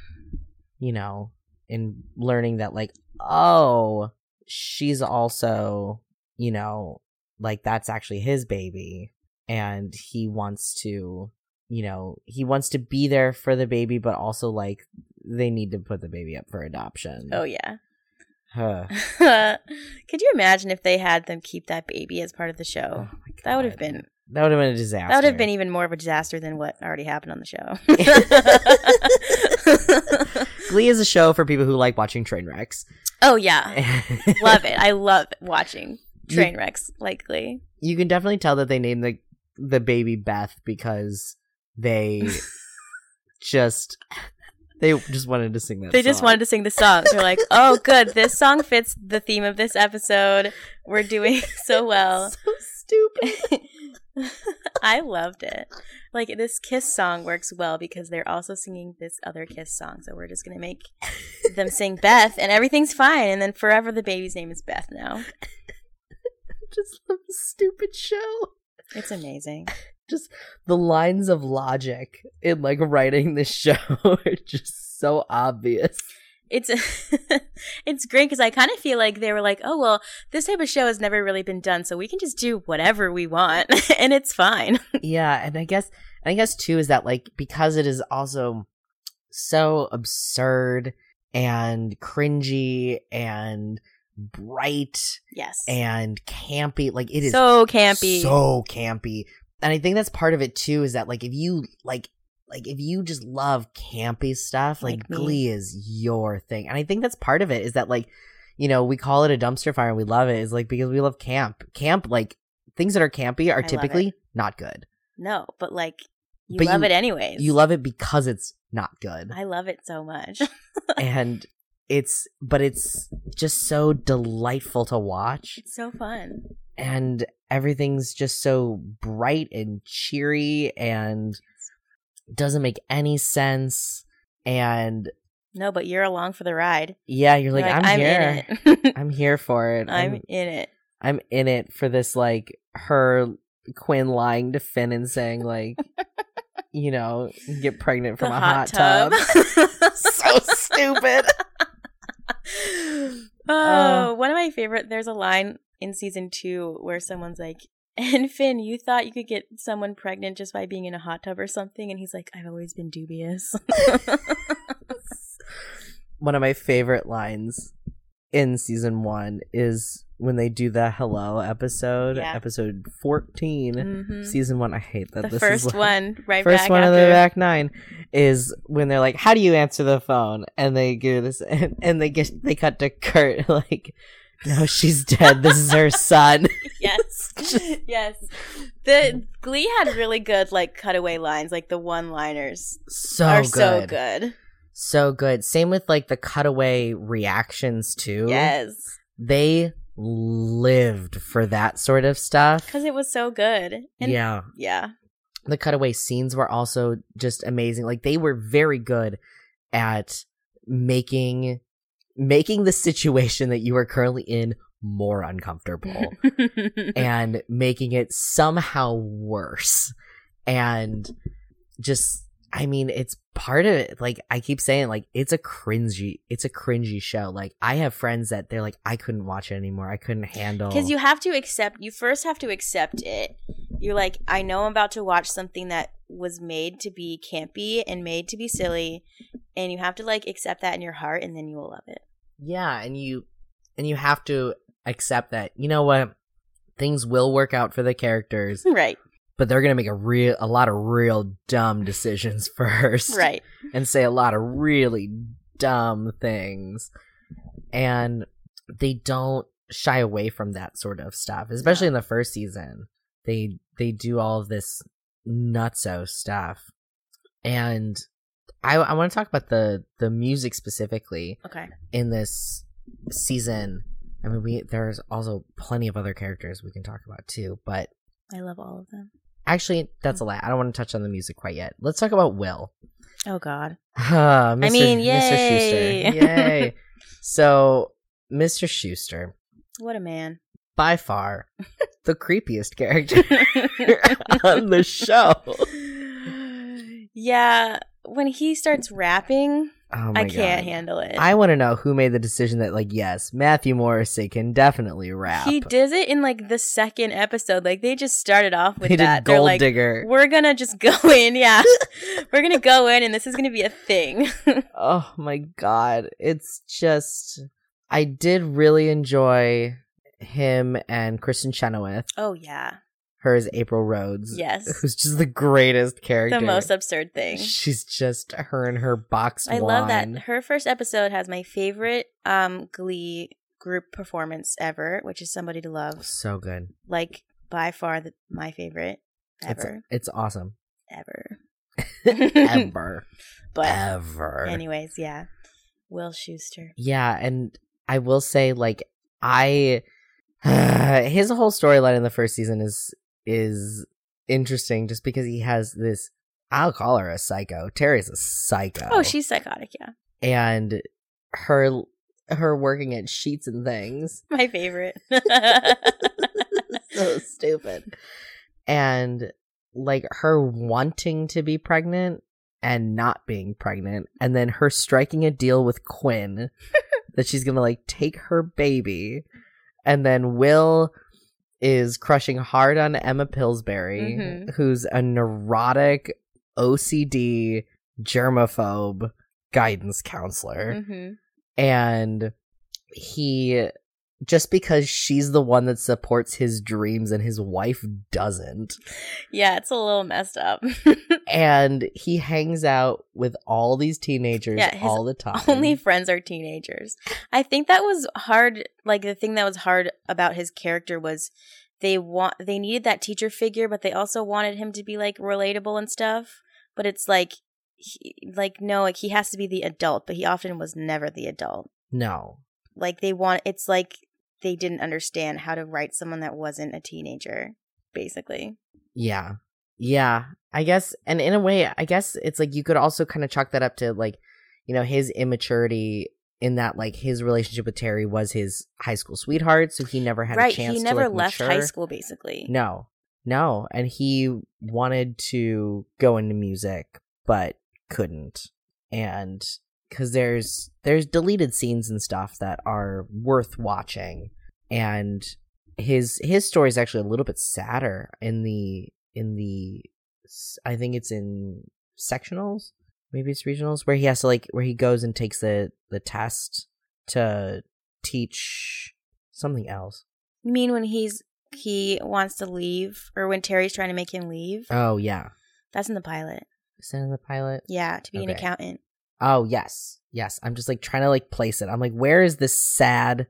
Speaker 1: you know in learning that like oh she's also you know like that's actually his baby and he wants to you know he wants to be there for the baby but also like they need to put the baby up for adoption (sighs)
Speaker 2: Oh yeah. (laughs)
Speaker 1: Huh.
Speaker 2: Could you imagine if they had them keep that baby as part of the
Speaker 1: Oh
Speaker 2: show?
Speaker 1: my
Speaker 2: That would have
Speaker 1: God.
Speaker 2: been
Speaker 1: that would have been a disaster
Speaker 2: that would have been (laughs) even more of a disaster than what already happened on the show.
Speaker 1: (laughs) glee is a show for people who like watching train wrecks
Speaker 2: (laughs)
Speaker 1: (laughs)
Speaker 2: oh yeah. Love it. I love watching train wrecks likely.
Speaker 1: you can definitely tell that they named the the baby Beth because they (laughs) just they just wanted to sing that.
Speaker 2: They just
Speaker 1: song.
Speaker 2: wanted to sing the songs. They're like, "Oh good, this song fits the theme of this episode. We're doing (laughs) so
Speaker 1: (laughs)
Speaker 2: well."
Speaker 1: so stupid.
Speaker 2: I loved it. Like this kiss song works well because they're also singing this other kiss song. So we're just gonna make
Speaker 1: (laughs)
Speaker 2: them sing Beth, and everything's fine. And then forever, the baby's name is Beth. Now
Speaker 1: just love the stupid show.
Speaker 2: it's amazing.
Speaker 1: The lines of logic in like writing this show (laughs) are just so obvious.
Speaker 2: It's (laughs) it's great because I kind of feel like they were like, oh well, this type of show has never really been done, so we can just do whatever we want, (laughs) and it's fine.
Speaker 1: yeah, and I guess I guess too is that like because it is also so absurd and cringy and bright
Speaker 2: Yes,
Speaker 1: and campy. Like it is
Speaker 2: so campy.
Speaker 1: so campy. And I think that's part of it too. Is that like if you like like if you just love campy stuff, like,
Speaker 2: Like me.
Speaker 1: Glee is your thing. And I think that's part of it. Is that like you know we call it a dumpster fire and we love it. Is like because we love camp. Camp like things that are campy are
Speaker 2: love it.
Speaker 1: typically not good.
Speaker 2: no, but like you
Speaker 1: But
Speaker 2: love
Speaker 1: you-
Speaker 2: it anyways.
Speaker 1: You love it because it's not good.
Speaker 2: I love it so much. (laughs)
Speaker 1: and it's but it's just so delightful to watch.
Speaker 2: it's so fun.
Speaker 1: and everything's just so bright and cheery and doesn't make any sense and
Speaker 2: No, but you're along for the ride.
Speaker 1: yeah you're like,
Speaker 2: You're
Speaker 1: i'm, here
Speaker 2: in it. (laughs)
Speaker 1: i'm here for it (laughs)
Speaker 2: I'm
Speaker 1: I'm,
Speaker 2: in it.
Speaker 1: I'm in it for this like her quinn lying to finn and saying (laughs) like you know you get pregnant from
Speaker 2: the
Speaker 1: a hot, tub, (laughs)
Speaker 2: (laughs)
Speaker 1: so (laughs) stupid
Speaker 2: oh, one of my favorite. There's a line in season two where someone's like, And Finn, you thought you could get someone pregnant just by being in a hot tub or something, and he's like, I've always
Speaker 1: (laughs)
Speaker 2: been dubious. (laughs)
Speaker 1: One of my favorite lines in season one is when they do the hello episode,
Speaker 2: Yeah.
Speaker 1: episode 14,
Speaker 2: hmm
Speaker 1: season one. I hate that
Speaker 2: The
Speaker 1: this is
Speaker 2: first
Speaker 1: like,
Speaker 2: one, right
Speaker 1: first
Speaker 2: back
Speaker 1: one
Speaker 2: after.
Speaker 1: of the back nine is when they're like, "How do you answer the phone?" And they do this, (laughs) and, and they get they cut to Kurt (laughs) like, "No, she's dead. This is her son." (laughs)
Speaker 2: yes, yes. The Glee had really good like cutaway lines, like the one-liners
Speaker 1: So
Speaker 2: are
Speaker 1: Oh, good,
Speaker 2: so good.
Speaker 1: so good. Same with like the cutaway reactions too.
Speaker 2: Yes,
Speaker 1: they lived for that sort of stuff.
Speaker 2: because it was so good. And yeah,
Speaker 1: yeah,
Speaker 2: yeah,
Speaker 1: the cutaway scenes were also just amazing. Like they were very good at making making the situation that you are currently in more uncomfortable
Speaker 2: (laughs)
Speaker 1: and making it somehow worse. And just I mean, it's part of it. Like I keep saying, like it's a cringy, it's a cringy show. Like I have friends that they're like, I couldn't watch it anymore. I couldn't handle
Speaker 2: because you have to accept. You first have to accept it. You're like, I know I'm about to watch something that was made to be campy and made to be silly, and you have to like accept that in your heart, and then you will love it.
Speaker 1: Yeah, and you and you have to accept that. You know what? Things will work out for the
Speaker 2: (laughs)
Speaker 1: characters,
Speaker 2: Right,
Speaker 1: but they're going to make a real a lot of real dumb decisions (laughs) first
Speaker 2: right.
Speaker 1: and say a lot of really dumb things. And they don't shy away from that sort of stuff, especially in the first season. They they do all of this nutso stuff. And I I want to talk about the the music specifically
Speaker 2: Okay.
Speaker 1: in this season. I mean, we there's also plenty of other characters we can talk about too, but
Speaker 2: I love all of them.
Speaker 1: actually, that's a lot. I don't want to touch on the music quite yet. Let's talk about Will. (laughs)
Speaker 2: Oh God.
Speaker 1: Ah, Mr.
Speaker 2: mean,
Speaker 1: Mr.
Speaker 2: yay.
Speaker 1: Schuster.
Speaker 2: (laughs)
Speaker 1: Yay! so, Mr. Schuster,
Speaker 2: What a man. (laughs)
Speaker 1: by far the creepiest character (laughs) on the
Speaker 2: (laughs)
Speaker 1: show.
Speaker 2: yeah, when he starts rapping,
Speaker 1: Oh my
Speaker 2: I can't
Speaker 1: God.
Speaker 2: handle it.
Speaker 1: I want to know who made the decision that, like, yes, Matthew Morrissey can definitely rap.
Speaker 2: he does it in like the second episode. Like they just started off with
Speaker 1: He
Speaker 2: that.
Speaker 1: did
Speaker 2: They're
Speaker 1: Gold
Speaker 2: like,
Speaker 1: Digger.
Speaker 2: we're gonna just go (laughs) in, yeah. we're gonna go in, and this is gonna be a thing. (laughs)
Speaker 1: Oh my god. It's just I did really enjoy him and Kristen Chenoweth,
Speaker 2: oh yeah,
Speaker 1: her is April Rhodes. (laughs)
Speaker 2: yes,
Speaker 1: Who's just the greatest character.
Speaker 2: the most absurd thing.
Speaker 1: She's just her and her box.
Speaker 2: I love that. Her first episode has my favorite um Glee group performance ever, which is Somebody to Love.
Speaker 1: So good.
Speaker 2: Like by far the, my favorite
Speaker 1: It's
Speaker 2: ever,
Speaker 1: it's
Speaker 2: (laughs)
Speaker 1: awesome. (laughs)
Speaker 2: ever.
Speaker 1: Ever.
Speaker 2: (laughs) but
Speaker 1: Ever.
Speaker 2: Anyways, yeah. Will Schuster.
Speaker 1: Yeah, and I will say, like, I (sighs) his whole storyline in the first season is is interesting just because he has this I'll call her a psycho. Terry's a psycho.
Speaker 2: Oh, she's psychotic, yeah.
Speaker 1: and her her working at sheets and things.
Speaker 2: My favorite. (laughs)
Speaker 1: (laughs) So stupid. And like her wanting to be pregnant and not being pregnant, and then her striking a deal with Quinn that she's gonna like take her baby, and then Will is crushing hard on Emma Pillsbury,
Speaker 2: Mhm.
Speaker 1: who's a neurotic, OCD, germaphobe guidance counselor
Speaker 2: hmm
Speaker 1: and he just because she's the one that supports his dreams and his wife doesn't
Speaker 2: Yeah, it's a little messed up. (laughs)
Speaker 1: and he hangs out with all these teenagers
Speaker 2: Yeah, his
Speaker 1: all the time
Speaker 2: Only friends are teenagers. I think that was hard. Like, the thing that was hard about his character was they want they needed that teacher figure but they also wanted him to be like relatable and stuff but it's like he, like no like he has to be the adult but he often was never the adult
Speaker 1: no
Speaker 2: like they want it's like they didn't understand how to write someone that wasn't a teenager basically
Speaker 1: yeah yeah i guess and in a way i guess it's like you could also kind of chalk that up to like you know his immaturity in that like his relationship with terry was his high school sweetheart so he never had a
Speaker 2: right
Speaker 1: chance
Speaker 2: he never
Speaker 1: to, like,
Speaker 2: left high
Speaker 1: mature.
Speaker 2: school basically
Speaker 1: No, no. And he wanted to go into music, but couldn't. And because there's there's deleted scenes and stuff that are worth watching, and his his story is actually a little bit sadder in the in the s- I think it's in sectionals, maybe it's regionals where he has to like where he goes and takes the the test to teach something else.
Speaker 2: You mean when he's he wants to leave, or when Terry's trying to make him leave?
Speaker 1: Oh yeah,
Speaker 2: That's in the pilot.
Speaker 1: is that in the pilot?
Speaker 2: Yeah, to be an
Speaker 1: Okay.
Speaker 2: accountant.
Speaker 1: Oh yes, yes. I'm just like trying to like place it. I'm like, where is this sad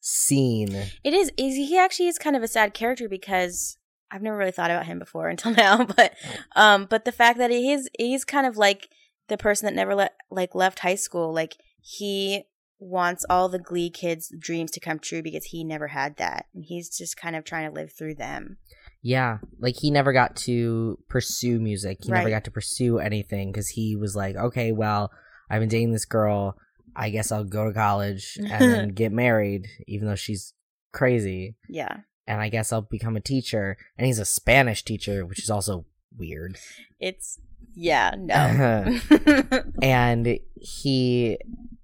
Speaker 1: scene?
Speaker 2: It is. Is he actually is kind of a sad character because I've never really thought about him before (laughs) until now. But um, but the fact that he is he's kind of like the person that never let like left high school. Like he wants all the Glee kids' dreams to come true because he never had that, and he's just kind of trying to live through them.
Speaker 1: Yeah, like he never got to pursue music. He never
Speaker 2: Right.
Speaker 1: got to pursue anything because he was like, okay, well, I've been dating this girl. I guess I'll go to college and then get married, even though she's crazy.
Speaker 2: Yeah,
Speaker 1: And I guess I'll become a teacher. And he's a Spanish teacher, which is also weird.
Speaker 2: it's yeah
Speaker 1: (laughs)
Speaker 2: no. (laughs) Mm-hmm.
Speaker 1: and he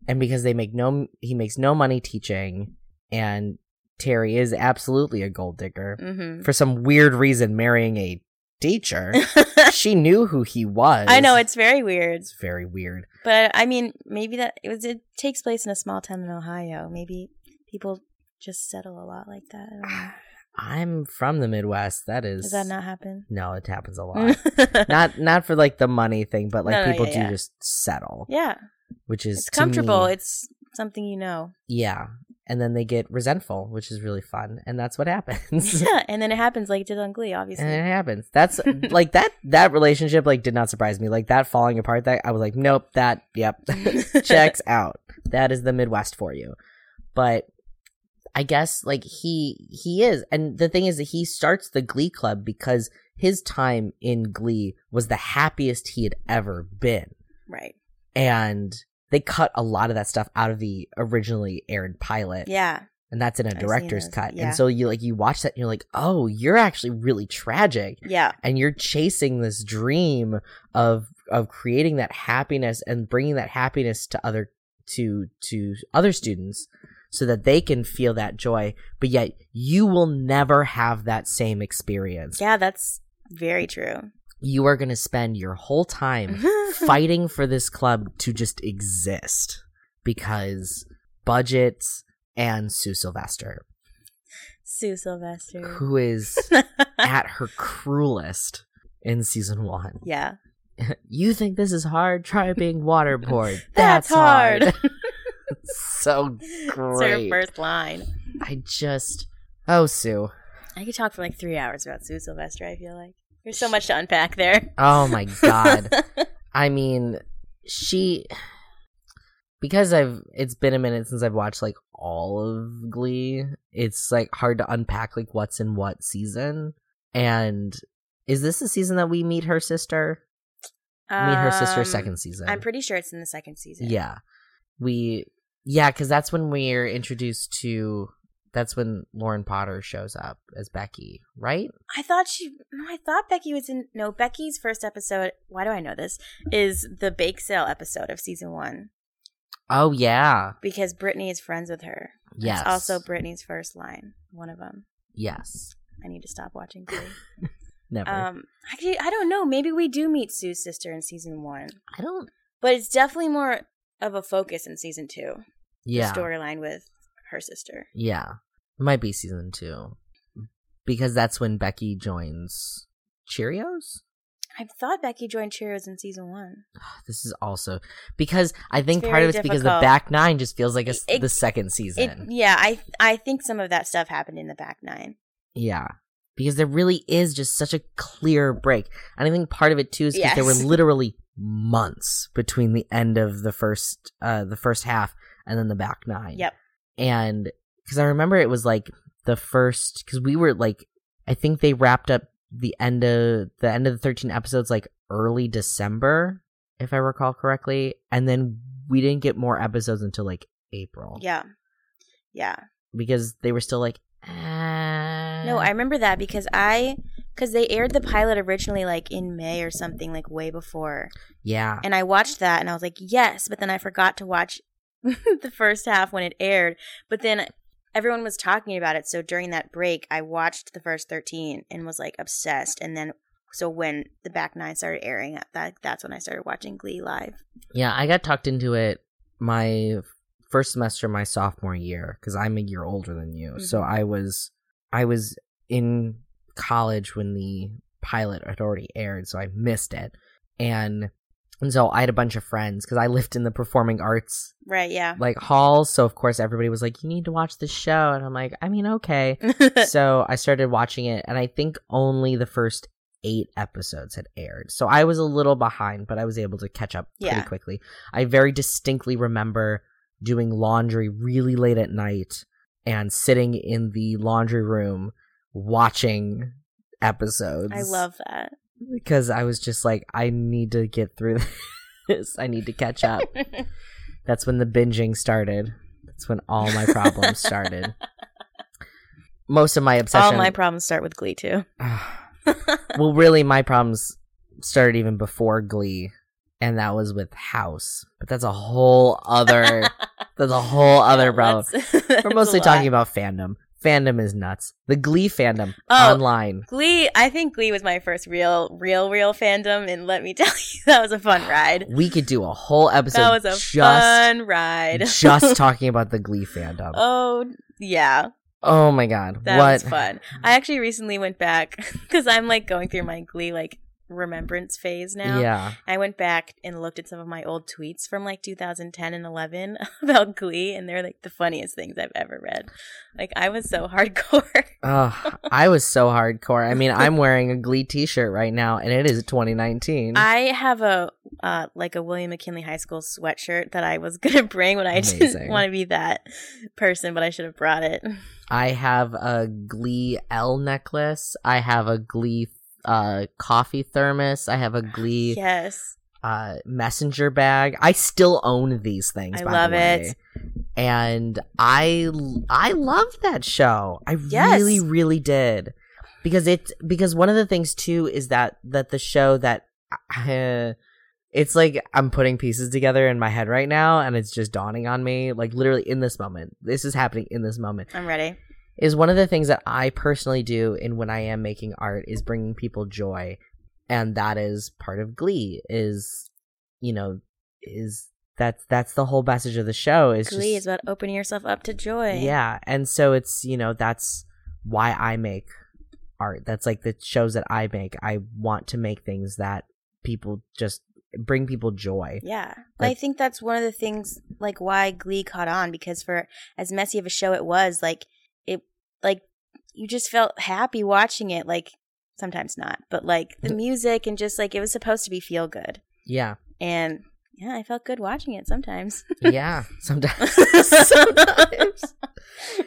Speaker 1: and because they make no he makes no money teaching and terry is absolutely a gold digger
Speaker 2: hmm
Speaker 1: for some weird reason marrying a
Speaker 2: (laughs)
Speaker 1: teacher she knew who he was
Speaker 2: (laughs) I know it's very weird,
Speaker 1: it's very
Speaker 2: (sighs)
Speaker 1: weird
Speaker 2: but I mean maybe that it was it takes place in a small town in Ohio. Maybe people just settle a lot like that. I
Speaker 1: Ah,
Speaker 2: don't know.
Speaker 1: i'm from the midwest that is
Speaker 2: Does that not happen?
Speaker 1: no it happens
Speaker 2: (laughs)
Speaker 1: a lot not not for like the money thing but like
Speaker 2: No, no,
Speaker 1: people
Speaker 2: yeah,
Speaker 1: do
Speaker 2: yeah.
Speaker 1: just settle
Speaker 2: yeah,
Speaker 1: which is
Speaker 2: it's
Speaker 1: to me-
Speaker 2: comfortable. It's something
Speaker 1: (laughs)
Speaker 2: you know.
Speaker 1: yeah and then they get resentful which is really fun and that's what happens
Speaker 2: Yeah, (laughs) and then it happens like it did on Glee, obviously.
Speaker 1: and it happens
Speaker 2: (laughs)
Speaker 1: that's like that that relationship like did not surprise me like that falling apart that i was like nope that yep (laughs)
Speaker 2: (laughs)
Speaker 1: checks out that is the midwest for you but i guess like he he is and the thing is that he starts the glee club because his time in glee was the happiest he had ever been
Speaker 2: right.
Speaker 1: and they cut a lot of that stuff out of the originally aired pilot
Speaker 2: Yeah.
Speaker 1: and that's in a
Speaker 2: I've seen
Speaker 1: director's
Speaker 2: those,
Speaker 1: cut
Speaker 2: yeah.
Speaker 1: and so you like you watch that and you're like oh you're actually really tragic
Speaker 2: Yeah.
Speaker 1: and you're chasing this dream of of creating that happiness and bringing that happiness to other to to other students so that they can feel that joy but yet you will never have that same experience
Speaker 2: Yeah, that's very true.
Speaker 1: you are going to spend your whole
Speaker 2: (laughs)
Speaker 1: time fighting for this club to just exist because budgets and sue sylvester
Speaker 2: Sue Sylvester.
Speaker 1: who is at her cruelest in season one
Speaker 2: (laughs) yeah.
Speaker 1: You think this is hard? Try being (laughs) waterboard.
Speaker 2: That's hard.
Speaker 1: (laughs) so
Speaker 2: It's her
Speaker 1: great.
Speaker 2: first line.
Speaker 1: I just oh Sue.
Speaker 2: I could talk for like three hours about Sue Sylvester, I feel like. There's so much to unpack there.
Speaker 1: Oh my (laughs) god.
Speaker 2: (laughs)
Speaker 1: I mean, she because I've it's been a minute since I've watched like all of Glee. It's like hard to unpack like what's in what season. And is this the season that we meet her sister? meet her sister
Speaker 2: Um,
Speaker 1: second season.
Speaker 2: I'm pretty sure it's in the second season.
Speaker 1: Yeah. We yeah, cuz that's when we're introduced to that's when Lauren Potter shows up as Becky, right?
Speaker 2: I thought she. No, I thought Becky was in. No, Becky's first episode. Why do I know this? Is the bake sale episode of season one
Speaker 1: Oh yeah.
Speaker 2: because Brittany is friends with her.
Speaker 1: Yes.
Speaker 2: It's also Brittany's first line. One of them.
Speaker 1: yes.
Speaker 2: I need to stop watching. Glee.
Speaker 1: (laughs) Never.
Speaker 2: um, actually, I don't know. Maybe we do meet Sue's sister in season one,
Speaker 1: I don't
Speaker 2: but it's definitely more of a focus in season two. the
Speaker 1: yeah.
Speaker 2: Storyline with her sister.
Speaker 1: Yeah. It might be season 2. Because that's when Becky joins Cheerios.
Speaker 2: I thought Becky joined Cheerios in season one.
Speaker 1: This is also because I think part
Speaker 2: very
Speaker 1: of it's because the
Speaker 2: difficult.
Speaker 1: back nine just feels like a s
Speaker 2: It-
Speaker 1: the second
Speaker 2: It,
Speaker 1: season.
Speaker 2: yeah, I I think some of that stuff happened in the back nine.
Speaker 1: Yeah. Because there really is just such a clear break. And I think part of it too is because there were
Speaker 2: Yes.
Speaker 1: literally months between the end of the first uh the first half and then the back nine.
Speaker 2: Yep.
Speaker 1: And cuz I remember it was like the first cuz we were like I think they wrapped up the end of the end of the 13 episodes like early December if I recall correctly and then we didn't get more episodes until like April.
Speaker 2: Yeah. Yeah.
Speaker 1: Because they were still like eh. ah.
Speaker 2: No, I remember that because I because they aired the pilot originally like in May or something like way before.
Speaker 1: Yeah.
Speaker 2: And I watched that and (laughs) I was like, "Yes," but then I forgot to watch the first half when it aired. But then everyone was talking about it. So during that break, I watched the first 13 and was like obsessed. And then, so when the back nine started airing, that that's when I started watching Glee live.
Speaker 1: Yeah, I got talked into it my first semester of my sophomore year because I'm a year older than you. So
Speaker 2: Mhm.
Speaker 1: I was I was in college when the pilot had already aired, so I missed it. And and so I had a bunch of friends because I lived in the performing arts
Speaker 2: Right. Yeah. (laughs)
Speaker 1: like hall, so of course everybody was like, "You need to watch this show," and I'm like, "I mean, okay."
Speaker 2: (laughs)
Speaker 1: so I started watching it, and I think only the first eight episodes had aired. So I was a little behind, but I was able to catch up pretty
Speaker 2: Yeah.
Speaker 1: quickly. I very distinctly remember doing laundry really late at night and sitting in the laundry room watching episodes.
Speaker 2: I love that. (laughs)
Speaker 1: because I was just like, I need to get through (laughs) this. I need to catch
Speaker 2: (laughs)
Speaker 1: up. That's when the binging started. That's when all my problems
Speaker 2: (laughs)
Speaker 1: started. Most of my obsession
Speaker 2: All my problems start with Glee too.
Speaker 1: (sighs) well, really, my problems started even before Glee, and that was with House. But that's a whole
Speaker 2: (laughs)
Speaker 1: other. that's a whole other problem. We're mostly talking about fandom. Fandom is nuts. The Glee fandom
Speaker 2: Oh.
Speaker 1: online.
Speaker 2: Glee, I think Glee was my first real, real, real fandom, and let me (laughs) tell you, that was
Speaker 1: (sighs)
Speaker 2: a fun ride.
Speaker 1: We could do a whole episode
Speaker 2: That was a
Speaker 1: just
Speaker 2: fun ride.
Speaker 1: just talking about the Glee fandom. Oh,
Speaker 2: (laughs) oh yeah,
Speaker 1: my god,
Speaker 2: that
Speaker 1: what?
Speaker 2: was fun. I actually recently went back (laughs) because I'm like going through my Glee like remembrance phase now.
Speaker 1: Yeah,
Speaker 2: I went back and looked at some of my old tweets from like 2010 and 11 (laughs) about Glee, and they're like the funniest things I've ever read. Like I was so (laughs) hardcore.
Speaker 1: Ugh, I was so hardcore. I mean, I'm wearing a Glee T-shirt right now, and it is 2019.
Speaker 2: I have a uh, like a William McKinley High School sweatshirt that I was (laughs) gonna bring when I
Speaker 1: Amazing.
Speaker 2: didn't want to be that person, but I should have brought it.
Speaker 1: I have a Glee L necklace. I have a Glee uh, coffee thermos. I have a Glee
Speaker 2: (laughs) Yes,
Speaker 1: uh, messenger bag. I still own these things.
Speaker 2: I
Speaker 1: by
Speaker 2: love
Speaker 1: the way.
Speaker 2: it.
Speaker 1: And I I loved that show. I
Speaker 2: Yes.
Speaker 1: really really did because it's because one of the things too is that that the show that (laughs) uh, it's like I'm putting pieces together in my head right now, and it's just dawning on me like literally in this moment. This is happening in this moment
Speaker 2: I'm ready.
Speaker 1: is one of the things that I personally do and when I am making art is bringing people joy and that is part of glee is you know is that's that's the whole message of the show is
Speaker 2: Glee
Speaker 1: just
Speaker 2: is about opening yourself up to joy.
Speaker 1: yeah and so it's you know that's why I make art that's like the shows that I make I want to make things that people just bring people joy
Speaker 2: Yeah.
Speaker 1: Like-
Speaker 2: I think that's one of the things like why Glee caught on because for as messy of a show it was, like it like you just felt happy watching it, like sometimes not, but like the music and just like it was supposed to be feel good.
Speaker 1: yeah
Speaker 2: And yeah, I felt good watching it sometimes. (laughs)
Speaker 1: yeah (laughs) sometimes sometimes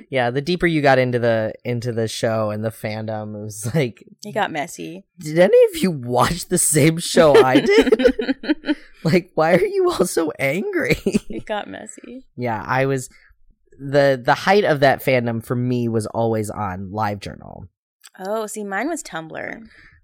Speaker 1: yeah the deeper you got into the into the show and the fandom it was like
Speaker 2: It got messy.
Speaker 1: did any of you watch the same show Oh,
Speaker 2: (laughs)
Speaker 1: I did? like, why are you all so angry? (laughs)
Speaker 2: it got messy.
Speaker 1: yeah, I was the the height of that fandom for me was always on LiveJournal.
Speaker 2: Oh, see, mine was Tumblr.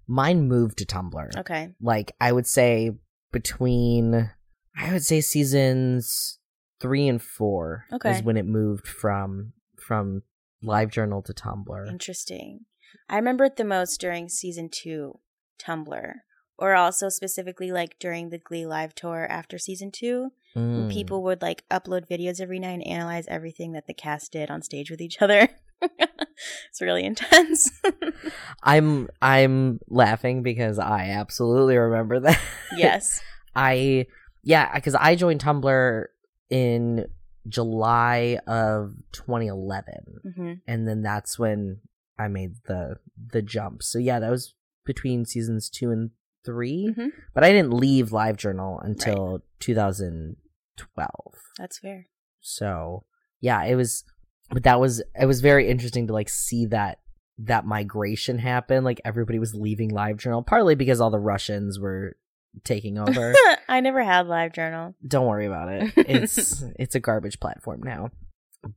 Speaker 1: Mine moved to Tumblr.
Speaker 2: Okay.
Speaker 1: Like, I would say between I would say seasons three and four
Speaker 2: Okay.
Speaker 1: is when it moved from from LiveJournal to Tumblr.
Speaker 2: Interesting. I remember it the most during season two, Tumblr, or also specifically like during the Glee Live tour after season two. when
Speaker 1: Mm.
Speaker 2: People would like upload videos every night and analyze everything that the cast did on stage with each other. (laughs) it's really intense. (laughs)
Speaker 1: Mm. I'm I'm laughing because I absolutely remember that.
Speaker 2: yes.
Speaker 1: I yeah, because I joined Tumblr in July of 2011,
Speaker 2: hmm
Speaker 1: and then that's when I made the the jump. So yeah, that was between seasons two and 3
Speaker 2: Mhm.
Speaker 1: But I didn't leave LiveJournal until 2012.
Speaker 2: That's fair. (laughs)
Speaker 1: So yeah, it was, but that was it was very interesting to like see that that migration happen. Like everybody was leaving LiveJournal, partly because all the Russians were taking over
Speaker 2: I never had Live Journal.
Speaker 1: don't worry about it. It's it's a garbage platform now.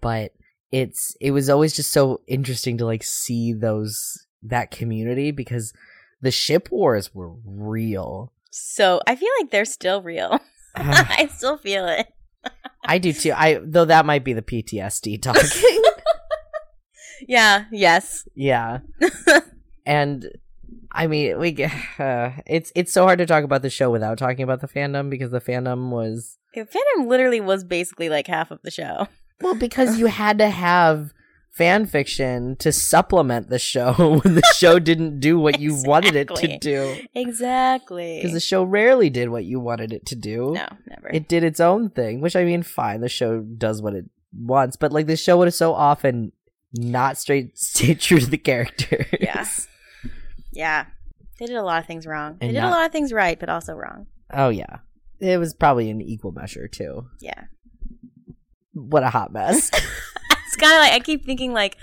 Speaker 1: But it's it was always just so interesting to like see those that community because the ship wars were real.
Speaker 2: So I feel like they're still real. (laughs)
Speaker 1: Ah,
Speaker 2: I still feel it. (laughs)
Speaker 1: I do too. I though that might be the PTSD talking.
Speaker 2: yeah, yes.
Speaker 1: Yeah. and I mean, we g- (sighs) uh, it's it's so hard to talk about the show without talking about the fandom because the fandom was
Speaker 2: Yeah, Phantom literally was basically like half of the show.
Speaker 1: well because you had to have fan fiction to supplement the show (laughs) when the show didn't do what you wanted it to
Speaker 2: Exactly.
Speaker 1: do
Speaker 2: Exactly.
Speaker 1: because the show rarely did what you wanted it to do.
Speaker 2: no, never.
Speaker 1: It did its own thing, which I mean, fine, the show does what it wants, but like the show would so often not straight (laughs) stay true to the characters.
Speaker 2: Yeah. yeah. They did a lot of things wrong. They
Speaker 1: And
Speaker 2: did a
Speaker 1: not-
Speaker 2: lot of things right, but also wrong. (laughs)
Speaker 1: Oh yeah, it was probably an equal measure too.
Speaker 2: Yeah.
Speaker 1: What a hot
Speaker 2: (laughs)
Speaker 1: mess.
Speaker 2: It's kind of like I keep thinking like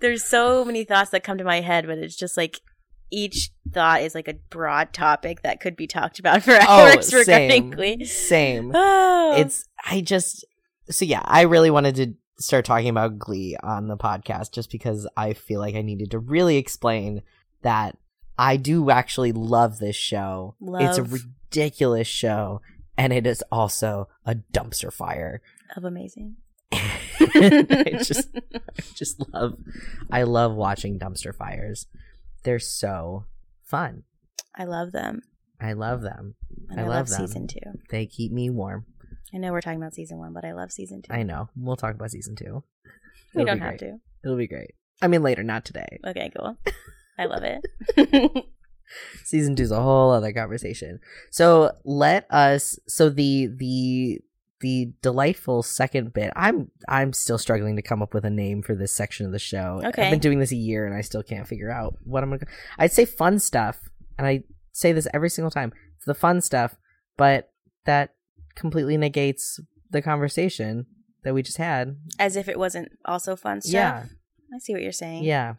Speaker 2: there's so many thoughts that come to my head, but it's just like each thought is like a broad topic that could be talked about for (laughs) hours regarding
Speaker 1: Oh, same,
Speaker 2: Glee.
Speaker 1: same.
Speaker 2: Oh,
Speaker 1: It's I just so yeah. I really wanted to start talking about Glee on the podcast just because I feel like I needed to really explain that I do actually love this show. It's a
Speaker 2: Love.
Speaker 1: ridiculous show, and it is also a dumpster fire. (laughs)
Speaker 2: of amazing.
Speaker 1: I just I just love I love watching dumpster fires. They're so fun.
Speaker 2: I love them.
Speaker 1: I love them.
Speaker 2: And
Speaker 1: I
Speaker 2: I,
Speaker 1: love
Speaker 2: love,
Speaker 1: them.
Speaker 2: season two.
Speaker 1: They keep me warm.
Speaker 2: I know we're talking about season one, but I love season two.
Speaker 1: I know. We'll talk about season two.
Speaker 2: we
Speaker 1: It'll
Speaker 2: don't
Speaker 1: be
Speaker 2: have
Speaker 1: great. It'll be great. I mean, later, not today.
Speaker 2: to. Okay, cool. I
Speaker 1: (laughs)
Speaker 2: love it.
Speaker 1: Season two's a whole other conversation. So let us. So the the the delightful second bit. I'm I'm still struggling to come up with a name for this section of the show. I've
Speaker 2: Okay.
Speaker 1: been doing this a year and I still can't figure out what I'm gonna. I'd say fun stuff, and I say this every single time. It's the fun stuff, but that completely negates the conversation that we just had.
Speaker 2: As if it wasn't also fun stuff.
Speaker 1: Yeah,
Speaker 2: I see what you're saying.
Speaker 1: yeah.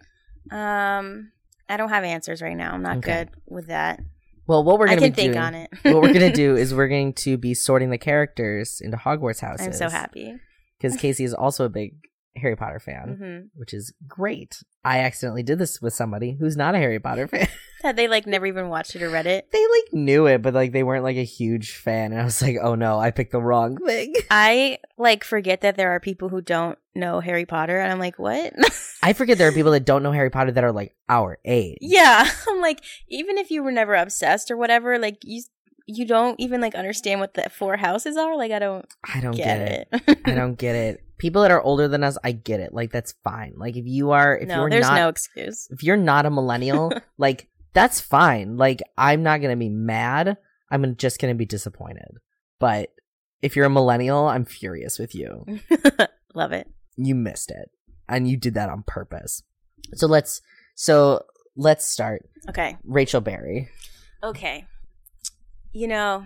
Speaker 2: Um, I don't have answers right now. I'm not
Speaker 1: Okay.
Speaker 2: good with that.
Speaker 1: Well, what we're
Speaker 2: I
Speaker 1: gonna
Speaker 2: can
Speaker 1: be
Speaker 2: think
Speaker 1: doing-
Speaker 2: on it.
Speaker 1: what we're gonna do is we're going to be sorting the characters into Hogwarts houses.
Speaker 2: (laughs) I'm so happy.
Speaker 1: because Casey is also a big Harry Potter fan,
Speaker 2: hmm
Speaker 1: which is great. I accidentally did this with somebody who's not a Harry Potter fan. (laughs)
Speaker 2: That they like never even watched it or read it.
Speaker 1: they like knew it, but like they weren't like a huge fan, and I was like, oh no, I picked the wrong
Speaker 2: (laughs)
Speaker 1: thing.
Speaker 2: I like forget that there are people who don't know Harry Potter, and I'm like, what? (laughs)
Speaker 1: I forget there are people that don't know Harry Potter that are like our age.
Speaker 2: yeah, (laughs) I'm like, even if you were never obsessed or whatever, like you you don't even like understand what the four houses are. Like I don't
Speaker 1: I don't
Speaker 2: get,
Speaker 1: get, it.
Speaker 2: it.
Speaker 1: I
Speaker 2: (laughs)
Speaker 1: don't get it. People that are older than us, I get it. Like that's fine. Like if you are, if
Speaker 2: no,
Speaker 1: you're
Speaker 2: there's
Speaker 1: not,
Speaker 2: no excuse. (laughs)
Speaker 1: if you're not a millennial, like that's fine. Like I'm not gonna be mad. I'm just gonna be disappointed. But if you're a millennial, I'm furious with you.
Speaker 2: Love it.
Speaker 1: You missed it, and you did that on purpose. So let's so let's start.
Speaker 2: Okay.
Speaker 1: Rachel Berry.
Speaker 2: Okay. You know,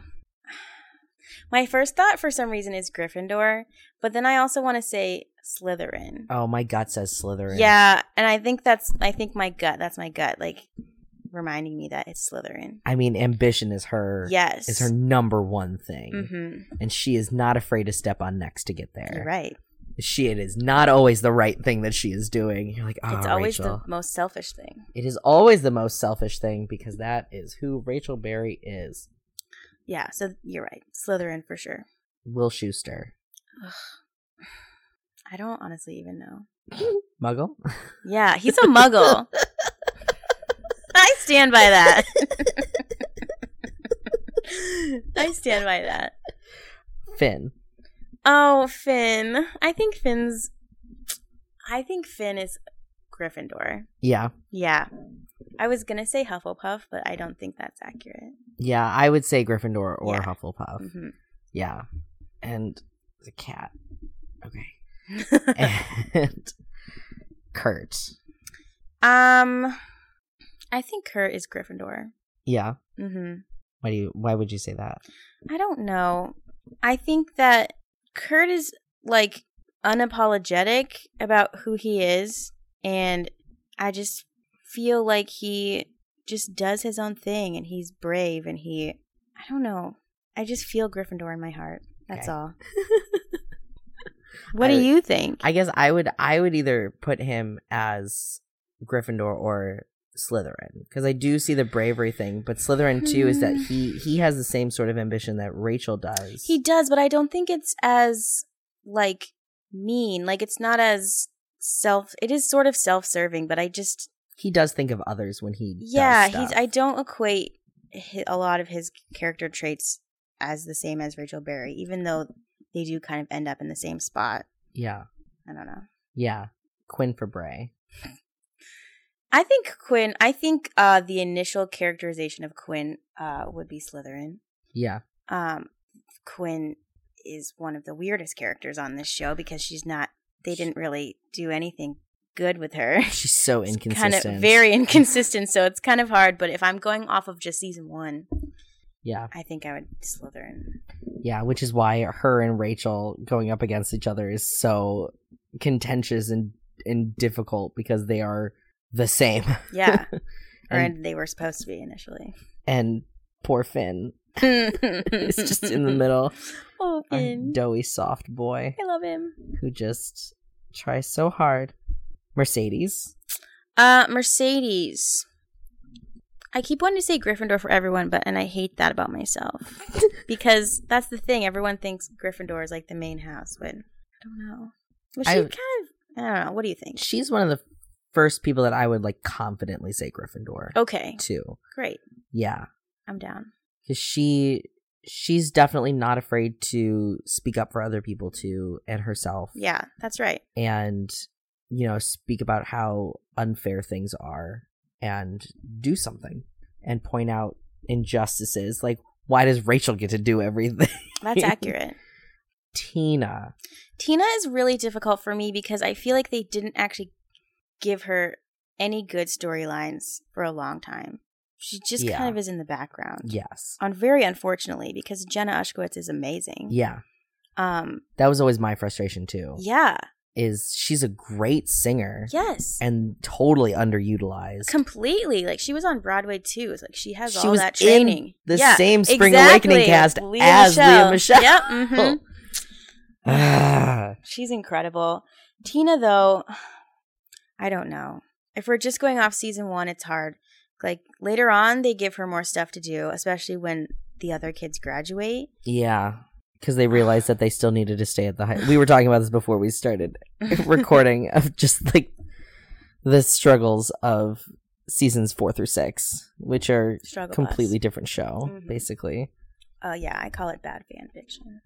Speaker 2: my first thought for some reason is Gryffindor, but then I also want to say Slytherin.
Speaker 1: Oh my gut says Slytherin.
Speaker 2: Yeah, and I think that's I think my gut, that's my gut like reminding me that it's Slytherin.
Speaker 1: I mean, ambition is her.
Speaker 2: Yes.
Speaker 1: Is her number one thing,
Speaker 2: Mhm.
Speaker 1: and she is not afraid to step on next to get there.
Speaker 2: You're right.
Speaker 1: She it is not always the right thing that she is doing. You're like, oh,
Speaker 2: it's always
Speaker 1: Rachel.
Speaker 2: the most selfish thing.
Speaker 1: It is always the most selfish thing because that is who Rachel Berry is.
Speaker 2: Yeah, so you're right. Slytherin for sure.
Speaker 1: Will Schuster.
Speaker 2: I don't honestly even know.
Speaker 1: Muggle? (laughs)
Speaker 2: Yeah, he's a muggle. I stand by that. I stand by that.
Speaker 1: Finn.
Speaker 2: Oh, Finn. I think Finn's. I think Finn is Gryffindor.
Speaker 1: Yeah.
Speaker 2: Yeah. I was going to say Hufflepuff, but I don't think that's accurate.
Speaker 1: Yeah, I would say Gryffindor or
Speaker 2: Yeah.
Speaker 1: Hufflepuff.
Speaker 2: hmm
Speaker 1: Yeah. And the cat. Okay. (laughs) And Kurt.
Speaker 2: um, I think Kurt is Gryffindor.
Speaker 1: Yeah.
Speaker 2: hmm
Speaker 1: Why do you why would you say that?
Speaker 2: I don't know. I think that Kurt is like unapologetic about who he is. And I just feel like he just does his own thing and he's brave and he, I don't know. I just feel Gryffindor in my heart. That's
Speaker 1: Okay. (laughs)
Speaker 2: all. what
Speaker 1: I-
Speaker 2: do you think?
Speaker 1: I guess I would I would either put him as Gryffindor or Slytherin because I do see the bravery thing, but Slytherin too is that
Speaker 2: Hmm.
Speaker 1: he he has the same sort of ambition that Rachel does.
Speaker 2: he does, but I don't think it's as like mean. Like it's not as self it is sort of self-serving, but I just
Speaker 1: He does think of others when he
Speaker 2: yeah,
Speaker 1: does
Speaker 2: he's
Speaker 1: stuff.
Speaker 2: I don't equate hi- a lot of his character traits as the same as Rachel Berry, even though they do kind of end up in the same spot.
Speaker 1: yeah
Speaker 2: I don't know.
Speaker 1: yeah Quinn for Bray
Speaker 2: I think Quinn. I think uh, the initial characterization of Quinn uh, would be Slytherin.
Speaker 1: yeah
Speaker 2: Um, Quinn is one of the weirdest characters on this show because she's not. They didn't really do anything good with her. (laughs)
Speaker 1: she's so
Speaker 2: It's
Speaker 1: inconsistent
Speaker 2: Kind of very inconsistent. So it's kind of hard. But if I'm going off of just season one,
Speaker 1: yeah
Speaker 2: I think I would Slytherin.
Speaker 1: yeah which is why her and Rachel going up against each other is so contentious and and difficult because they are the same (laughs)
Speaker 2: Yeah. or
Speaker 1: And-
Speaker 2: and they were supposed to be
Speaker 1: (laughs)
Speaker 2: initially.
Speaker 1: and poor Finn
Speaker 2: it's
Speaker 1: is just in
Speaker 2: (laughs)
Speaker 1: the middle a
Speaker 2: Open.
Speaker 1: doughy soft boy
Speaker 2: Oh, I love him.
Speaker 1: who just tries so hard Mercedes
Speaker 2: Uh, Mercedes. I keep wanting to say Gryffindor for everyone, but and I hate that about
Speaker 1: (laughs)
Speaker 2: myself because that's the thing. Everyone thinks Gryffindor is like the main house, but I don't know. Well, she
Speaker 1: I-
Speaker 2: kind of. I don't know. What do you think?
Speaker 1: she's one of the first people that I would like confidently say Gryffindor
Speaker 2: Okay,
Speaker 1: to.
Speaker 2: great.
Speaker 1: Yeah,
Speaker 2: I'm down.
Speaker 1: because she she's definitely not afraid to speak up for other people too and herself.
Speaker 2: Yeah, that's right.
Speaker 1: and you know speak about how unfair things are and do something and point out injustices. Like why does Rachel get to do everything? (laughs)
Speaker 2: That's accurate.
Speaker 1: Tina,
Speaker 2: Tina is really difficult for me because I feel like they didn't actually give her any good storylines for a long time. She just
Speaker 1: Yeah.
Speaker 2: kind of is in the background.
Speaker 1: yes,
Speaker 2: On very unfortunately, because Jenna Ushkowitz is amazing.
Speaker 1: yeah.
Speaker 2: Um
Speaker 1: That was always my frustration too.
Speaker 2: yeah.
Speaker 1: Is she's a great singer
Speaker 2: Yes.
Speaker 1: and totally underutilized.
Speaker 2: Completely. Like she was on Broadway too. It's like she has
Speaker 1: She
Speaker 2: all
Speaker 1: was
Speaker 2: that
Speaker 1: in
Speaker 2: training.
Speaker 1: the
Speaker 2: Yeah,
Speaker 1: same Spring
Speaker 2: exactly.
Speaker 1: Awakening cast as Leah Michelle. (laughs)
Speaker 2: Yep. mhm.
Speaker 1: Ah,
Speaker 2: She's incredible. Tina, though, (sighs) I don't know. If we're just going off season one, it's hard. Like later on, they give her more stuff to do, especially when the other kids graduate.
Speaker 1: yeah, because they realized that they still needed to stay at the high. We were talking about this before we
Speaker 2: (laughs)
Speaker 1: started recording of just like the struggles of seasons four through six, which are
Speaker 2: Struggle.
Speaker 1: completely different show
Speaker 2: Mhm.
Speaker 1: basically.
Speaker 2: Oh, yeah. I call it bad fan fiction.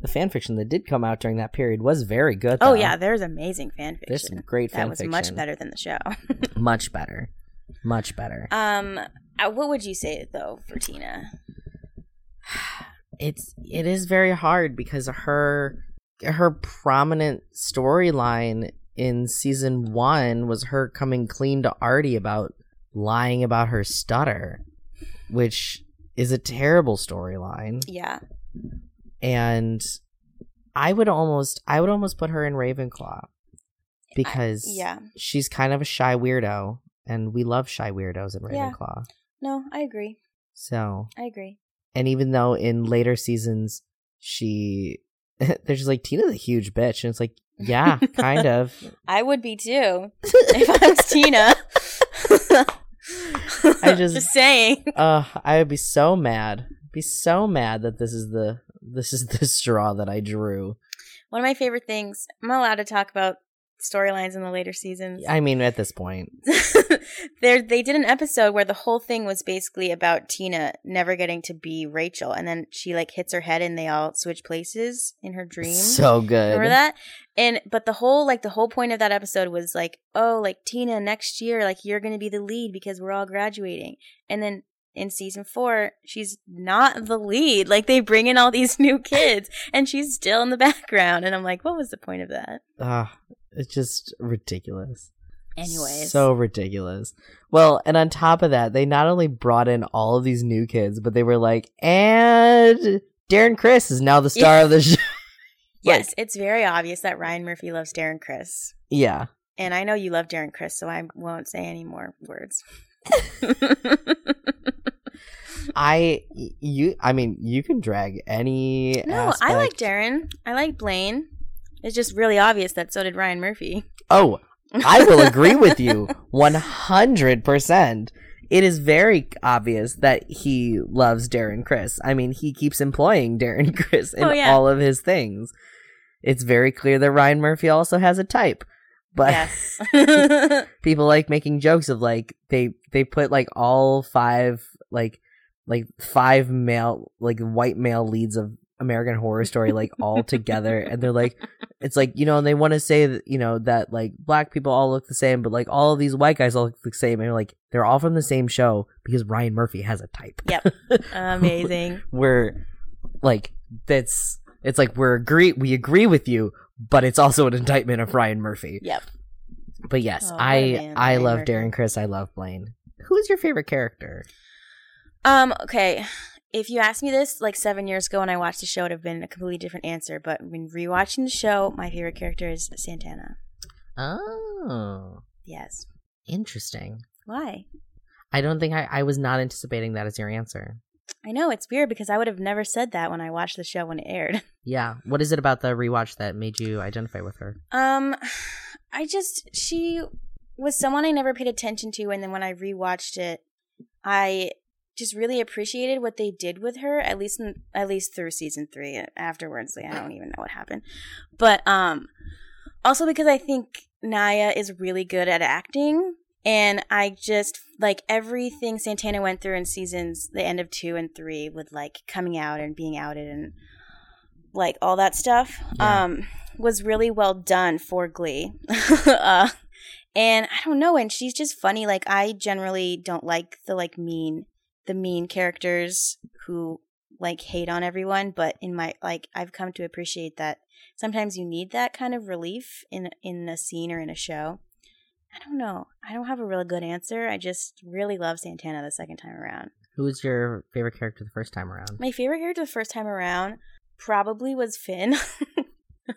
Speaker 1: The fan fiction that did come out during that period was very good.
Speaker 2: Oh,
Speaker 1: though.
Speaker 2: yeah. There's amazing fan fiction.
Speaker 1: there's some great
Speaker 2: that
Speaker 1: fan
Speaker 2: was
Speaker 1: fiction.
Speaker 2: much better than the show. (laughs)
Speaker 1: much better, much better.
Speaker 2: um, uh, What would you say, though, for Tina?
Speaker 1: it's it is very hard because her her prominent storyline in season one was her coming clean to Artie about lying about her stutter, which is a terrible storyline.
Speaker 2: Yeah.
Speaker 1: And I would almost I would almost put her in Ravenclaw because
Speaker 2: Yeah.
Speaker 1: she's kind of a shy weirdo, and we love shy weirdos in
Speaker 2: Yeah.
Speaker 1: Ravenclaw.
Speaker 2: No, I agree.
Speaker 1: So
Speaker 2: I agree.
Speaker 1: and even though in later seasons she (laughs) they're just like tina's a huge bitch and it's like
Speaker 2: (laughs)
Speaker 1: yeah kind of
Speaker 2: I would be too. (laughs) if I was Tina.
Speaker 1: (laughs)
Speaker 2: (laughs)
Speaker 1: I just-
Speaker 2: saying.
Speaker 1: uh i would be so mad be so mad that this is the this is the straw that i drew
Speaker 2: One of my favorite things. I'm not allowed to talk about storylines in the later seasons.
Speaker 1: i mean at this point
Speaker 2: (laughs) there, they did an episode where the whole thing was basically about Tina never getting to be Rachel, and then she like hits her head, and they all switch places in her dream.
Speaker 1: so good
Speaker 2: Remember that? And but the whole like the whole point of that episode was like, oh, like Tina next year, like you're gonna be the lead because we're all graduating. And then in season four, she's not the lead. Like they bring in all these (laughs) new kids, and she's still in the background. And I'm like, what was the point of that?
Speaker 1: Ugh, it's just ridiculous
Speaker 2: Anyways,
Speaker 1: so ridiculous well and on top of that they not only brought in all of these new kids but they were like and darren chris is now the star of the show (laughs)
Speaker 2: yes, it's very obvious that Ryan Murphy loves Darren Chris,
Speaker 1: yeah
Speaker 2: and I know you love Darren Chris, so I won't say any more words. (laughs)
Speaker 1: I you I mean you can drag any.
Speaker 2: No, I like
Speaker 1: aspect-
Speaker 2: Darren. I like Blaine. It's just really obvious that so did Ryan Murphy.
Speaker 1: Oh, I will agree with
Speaker 2: (laughs)
Speaker 1: you one hundred percent. It is very obvious that he loves Darren (laughs) Chris. I mean, he keeps employing Darren Chris in
Speaker 2: Oh, yeah.
Speaker 1: all of his things, it's very clear that Ryan Murphy also has a type. But
Speaker 2: yes.
Speaker 1: (laughs)
Speaker 2: (laughs)
Speaker 1: people like making jokes of like they they put like all five like like five male like white male leads of American Horror Story like all together and they're like it's like you know and they want to say that you know that like black people all look the same but like all of these white guys all look the same and you're like they're all from the same show because Ryan Murphy has a type.
Speaker 2: Yep. Amazing.
Speaker 1: We're like that's it's like we're agree we agree with you but it's also an indictment of Ryan Murphy.
Speaker 2: Yep.
Speaker 1: But yes,
Speaker 2: Oh, what a
Speaker 1: I
Speaker 2: man,
Speaker 1: I
Speaker 2: Blaine
Speaker 1: love
Speaker 2: Murphy.
Speaker 1: Darren Chris. I love Blaine. Who is your favorite character?
Speaker 2: Um, okay. If you asked me this like seven years ago when I watched the show, it would have been a completely different answer. But when rewatching the show, my favorite character is Santana.
Speaker 1: Oh,
Speaker 2: Yes.
Speaker 1: interesting.
Speaker 2: Why?
Speaker 1: I don't think I, I was not anticipating that as your answer.
Speaker 2: I know it's weird because I would have never said that when I watched the show when it aired. (laughs)
Speaker 1: Yeah. What is it about the rewatch that made you identify with her?
Speaker 2: Um, I just she was someone I never paid attention to, and then when I rewatched it, I just really appreciated what they did with her. At least, in, at least through season three. uh, Afterwards, like I don't even know what happened, but um, also because I think Naya is really good at acting. And I just like everything Santana went through in seasons, the end of two and three, with like coming out and being outed and like all that stuff,
Speaker 1: Yeah.
Speaker 2: um, was really well done for Glee. (laughs) uh, and I don't know, and she's just funny. Like I generally don't like the like mean, the mean characters who like hate on everyone, but in my like I've come to appreciate that sometimes you need that kind of relief in in a scene or in a show. I don't know. I don't have a real good answer. I just really love Santana the second time around.
Speaker 1: Who was your favorite character the first time around?
Speaker 2: My favorite character the first time around probably was Finn. (laughs)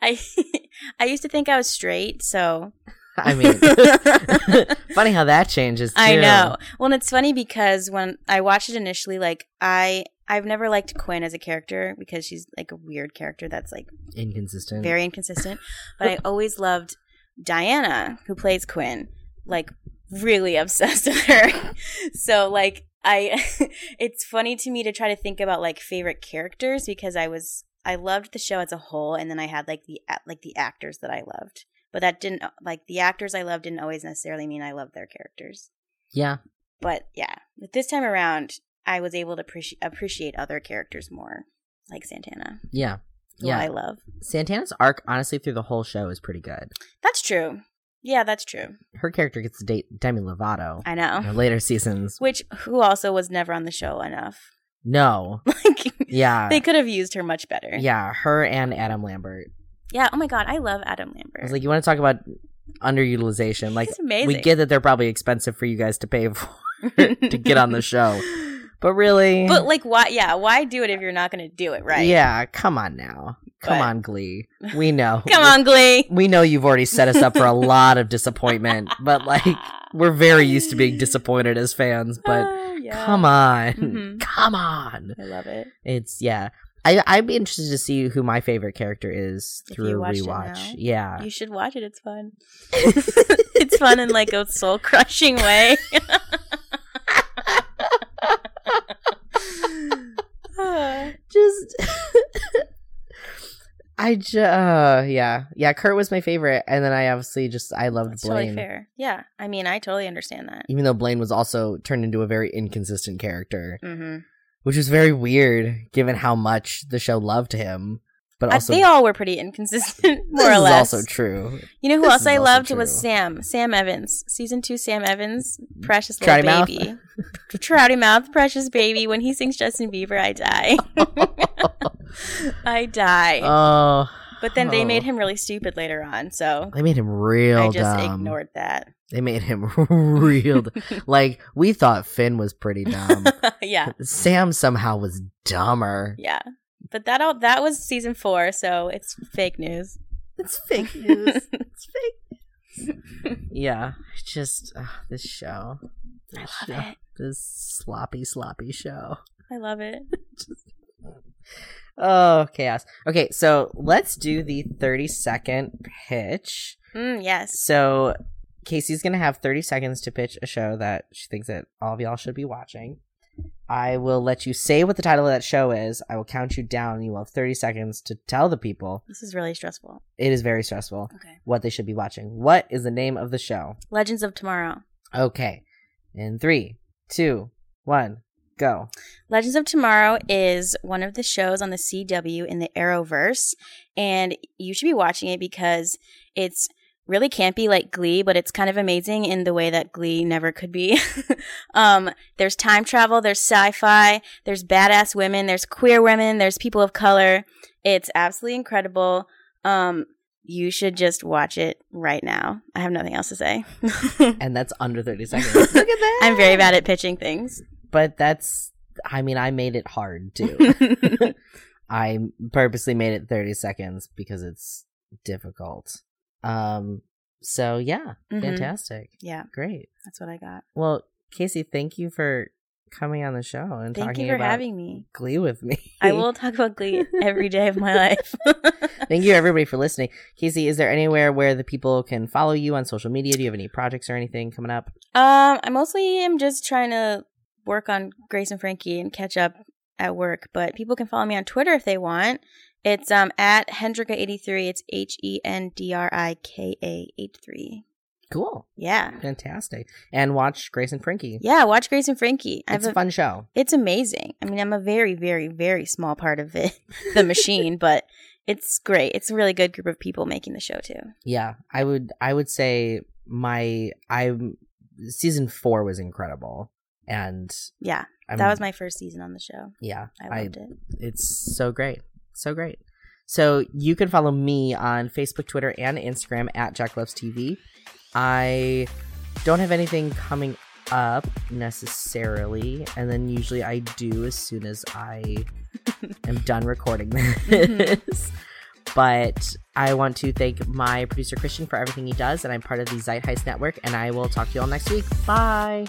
Speaker 2: I (laughs) I used to think I was straight, so
Speaker 1: I
Speaker 2: (laughs)
Speaker 1: mean, (laughs) funny how that changes. Too.
Speaker 2: I know. Well, and it's funny because when I watched it initially, like I I've never liked Quinn as a character because she's like a weird character that's like
Speaker 1: Inconsistent.
Speaker 2: very inconsistent. But I always loved Diana, who plays Quinn, like really obsessed with her. (laughs) so like I (laughs) it's funny to me to try to think about like favorite characters because I was I loved the show as a whole and then I had like the a- like the actors that I loved. But that didn't like the actors I loved didn't always necessarily mean I loved their characters.
Speaker 1: Yeah.
Speaker 2: But yeah, but this time around I was able to appreci- appreciate other characters more, like Santana,
Speaker 1: Yeah.
Speaker 2: who
Speaker 1: Yeah.
Speaker 2: I love.
Speaker 1: Santana's arc, honestly, through the whole show is pretty good.
Speaker 2: That's true. Yeah, that's true.
Speaker 1: Her character gets to date Demi Lovato
Speaker 2: I know.
Speaker 1: in later seasons.
Speaker 2: Which who also was never on the show enough. (laughs)
Speaker 1: No.
Speaker 2: Like
Speaker 1: Yeah.
Speaker 2: (laughs) they could have used her much better.
Speaker 1: Yeah, her and Adam Lambert.
Speaker 2: Yeah. Oh my god, I love Adam
Speaker 1: I
Speaker 2: Lambert.
Speaker 1: was like, you want to talk about underutilization? Like,
Speaker 2: He's amazing.
Speaker 1: we get that they're probably expensive for you guys to pay (laughs) for,
Speaker 2: (laughs)
Speaker 1: to get on the show. but really,
Speaker 2: But like why yeah, why do it if you're not gonna do it right?
Speaker 1: yeah, come on now, come
Speaker 2: But-
Speaker 1: on, Glee. We know,
Speaker 2: (laughs) Come on, Glee.
Speaker 1: we know you've already set us up for a lot of disappointment. But like, we're very used to
Speaker 2: (laughs)
Speaker 1: being disappointed as fans. But
Speaker 2: Oh, (sighs) yeah.
Speaker 1: come on,
Speaker 2: Mhm.
Speaker 1: come on.
Speaker 2: I love it.
Speaker 1: It's yeah. I, I'd be interested to see who my favorite character is
Speaker 2: If
Speaker 1: through
Speaker 2: you
Speaker 1: a
Speaker 2: watched it
Speaker 1: rewatch.
Speaker 2: now.
Speaker 1: Yeah.
Speaker 2: You should watch it, it's fun. it's fun in like a soul crushing way. (laughs)
Speaker 1: just (laughs) I just uh, yeah yeah Kurt was my favorite, and then I obviously just I loved
Speaker 2: That's
Speaker 1: Blaine,
Speaker 2: totally fair. Yeah. I mean I totally understand that.
Speaker 1: even though Blaine was also turned into a very inconsistent character,
Speaker 2: Mm-hmm.
Speaker 1: which was very weird given how much the show loved him. But
Speaker 2: I-
Speaker 1: also,
Speaker 2: they all were pretty
Speaker 1: (laughs)
Speaker 2: inconsistent, more
Speaker 1: this
Speaker 2: or
Speaker 1: is
Speaker 2: less.
Speaker 1: also
Speaker 2: (laughs)
Speaker 1: true. (laughs)
Speaker 2: you know who
Speaker 1: this
Speaker 2: else
Speaker 1: is
Speaker 2: I
Speaker 1: also
Speaker 2: loved was
Speaker 1: true.
Speaker 2: Sam, Sam Evans, season two. Sam Evans, precious
Speaker 1: Trouty
Speaker 2: little
Speaker 1: Mouth?
Speaker 2: baby, trouty mouth, precious baby. When he sings Justin Bieber, I die.
Speaker 1: (laughs)
Speaker 2: I die.
Speaker 1: Oh,
Speaker 2: but then they
Speaker 1: oh.
Speaker 2: made him really stupid later on, so
Speaker 1: They made him real
Speaker 2: I just
Speaker 1: dumb.
Speaker 2: ignored that. (laughs)
Speaker 1: They made him (laughs) real. d- like we thought Finn was pretty
Speaker 2: (laughs)
Speaker 1: dumb.
Speaker 2: yeah,
Speaker 1: Sam somehow was dumber.
Speaker 2: yeah. But that all that was season four, so it's fake news.
Speaker 1: It's fake news. it's fake news. (laughs) yeah, it's just uh, this show.
Speaker 2: I
Speaker 1: This
Speaker 2: love
Speaker 1: show.
Speaker 2: it.
Speaker 1: This sloppy, sloppy show.
Speaker 2: I love it.
Speaker 1: Oh, chaos. Okay, so let's do the 30 second pitch.
Speaker 2: Mm, yes.
Speaker 1: So Casey's going to have 30 seconds to pitch a show that she thinks that all of y'all should be watching. I will let you say what the title of that show is. I will count you down. You will have 30 seconds to tell the people.
Speaker 2: This is really stressful.
Speaker 1: It is very stressful
Speaker 2: Okay.
Speaker 1: what they should be watching. What is the name of the show?
Speaker 2: Legends of Tomorrow.
Speaker 1: Okay. In three, two, one, go.
Speaker 2: Legends of Tomorrow is one of the shows on the CW in the Arrowverse, and you should be watching it because it's really campy like Glee, but it's kind of amazing in the way that Glee never could be. (laughs) um, there's time travel, there's sci fi, there's badass women, there's queer women, there's people of color. It's absolutely incredible. Um, you should just watch it right now. I have nothing else to say. (laughs)
Speaker 1: And that's under 30 seconds. Look at that.
Speaker 2: I'm very bad at pitching things. (laughs)
Speaker 1: But that's, I mean, I made it hard too.
Speaker 2: (laughs) Mm-hmm.
Speaker 1: I purposely made it 30 seconds because it's difficult. Um, so yeah,
Speaker 2: Mhm.
Speaker 1: fantastic.
Speaker 2: Yeah,
Speaker 1: Great.
Speaker 2: that's what I got.
Speaker 1: Well, Casey, thank you for coming on the show and
Speaker 2: Thank
Speaker 1: talking
Speaker 2: you for
Speaker 1: about
Speaker 2: having me.
Speaker 1: Glee with me.
Speaker 2: I will talk about Glee every day of my life.
Speaker 1: (laughs)
Speaker 2: (laughs)
Speaker 1: Thank you, everybody, for listening. Casey, is there anywhere where the people can follow you on social media? Do you have any projects or anything coming up?
Speaker 2: um, I mostly am just trying to work on Grace and Frankie and catch up at work, but people can follow me on Twitter if they want. It's um at Hendrika83. It's H E N D R I K A 83.
Speaker 1: Cool.
Speaker 2: Yeah.
Speaker 1: Fantastic. And watch Grace and Frankie.
Speaker 2: Yeah, watch Grace and Frankie. I
Speaker 1: It's
Speaker 2: have
Speaker 1: a
Speaker 2: a,
Speaker 1: fun show.
Speaker 2: it's amazing. I mean, I'm a very, very, very small part of it, (laughs) (laughs) the machine, but it's great. It's a really good group of people making the show, too.
Speaker 1: Yeah. I would I would say my I'm season four was incredible. And
Speaker 2: Yeah,
Speaker 1: I'm,
Speaker 2: that was my first season on the show.
Speaker 1: yeah.
Speaker 2: I loved it.
Speaker 1: it's so great. So great. So you can follow me on Facebook, Twitter, and Instagram at Jack Loves TV. I don't have anything coming up necessarily, and then usually I do as soon as I am done recording this. but I want to thank my producer Christian for everything he does, and I'm part of the Zeitgeist Network. And I will talk to you all next week. Bye.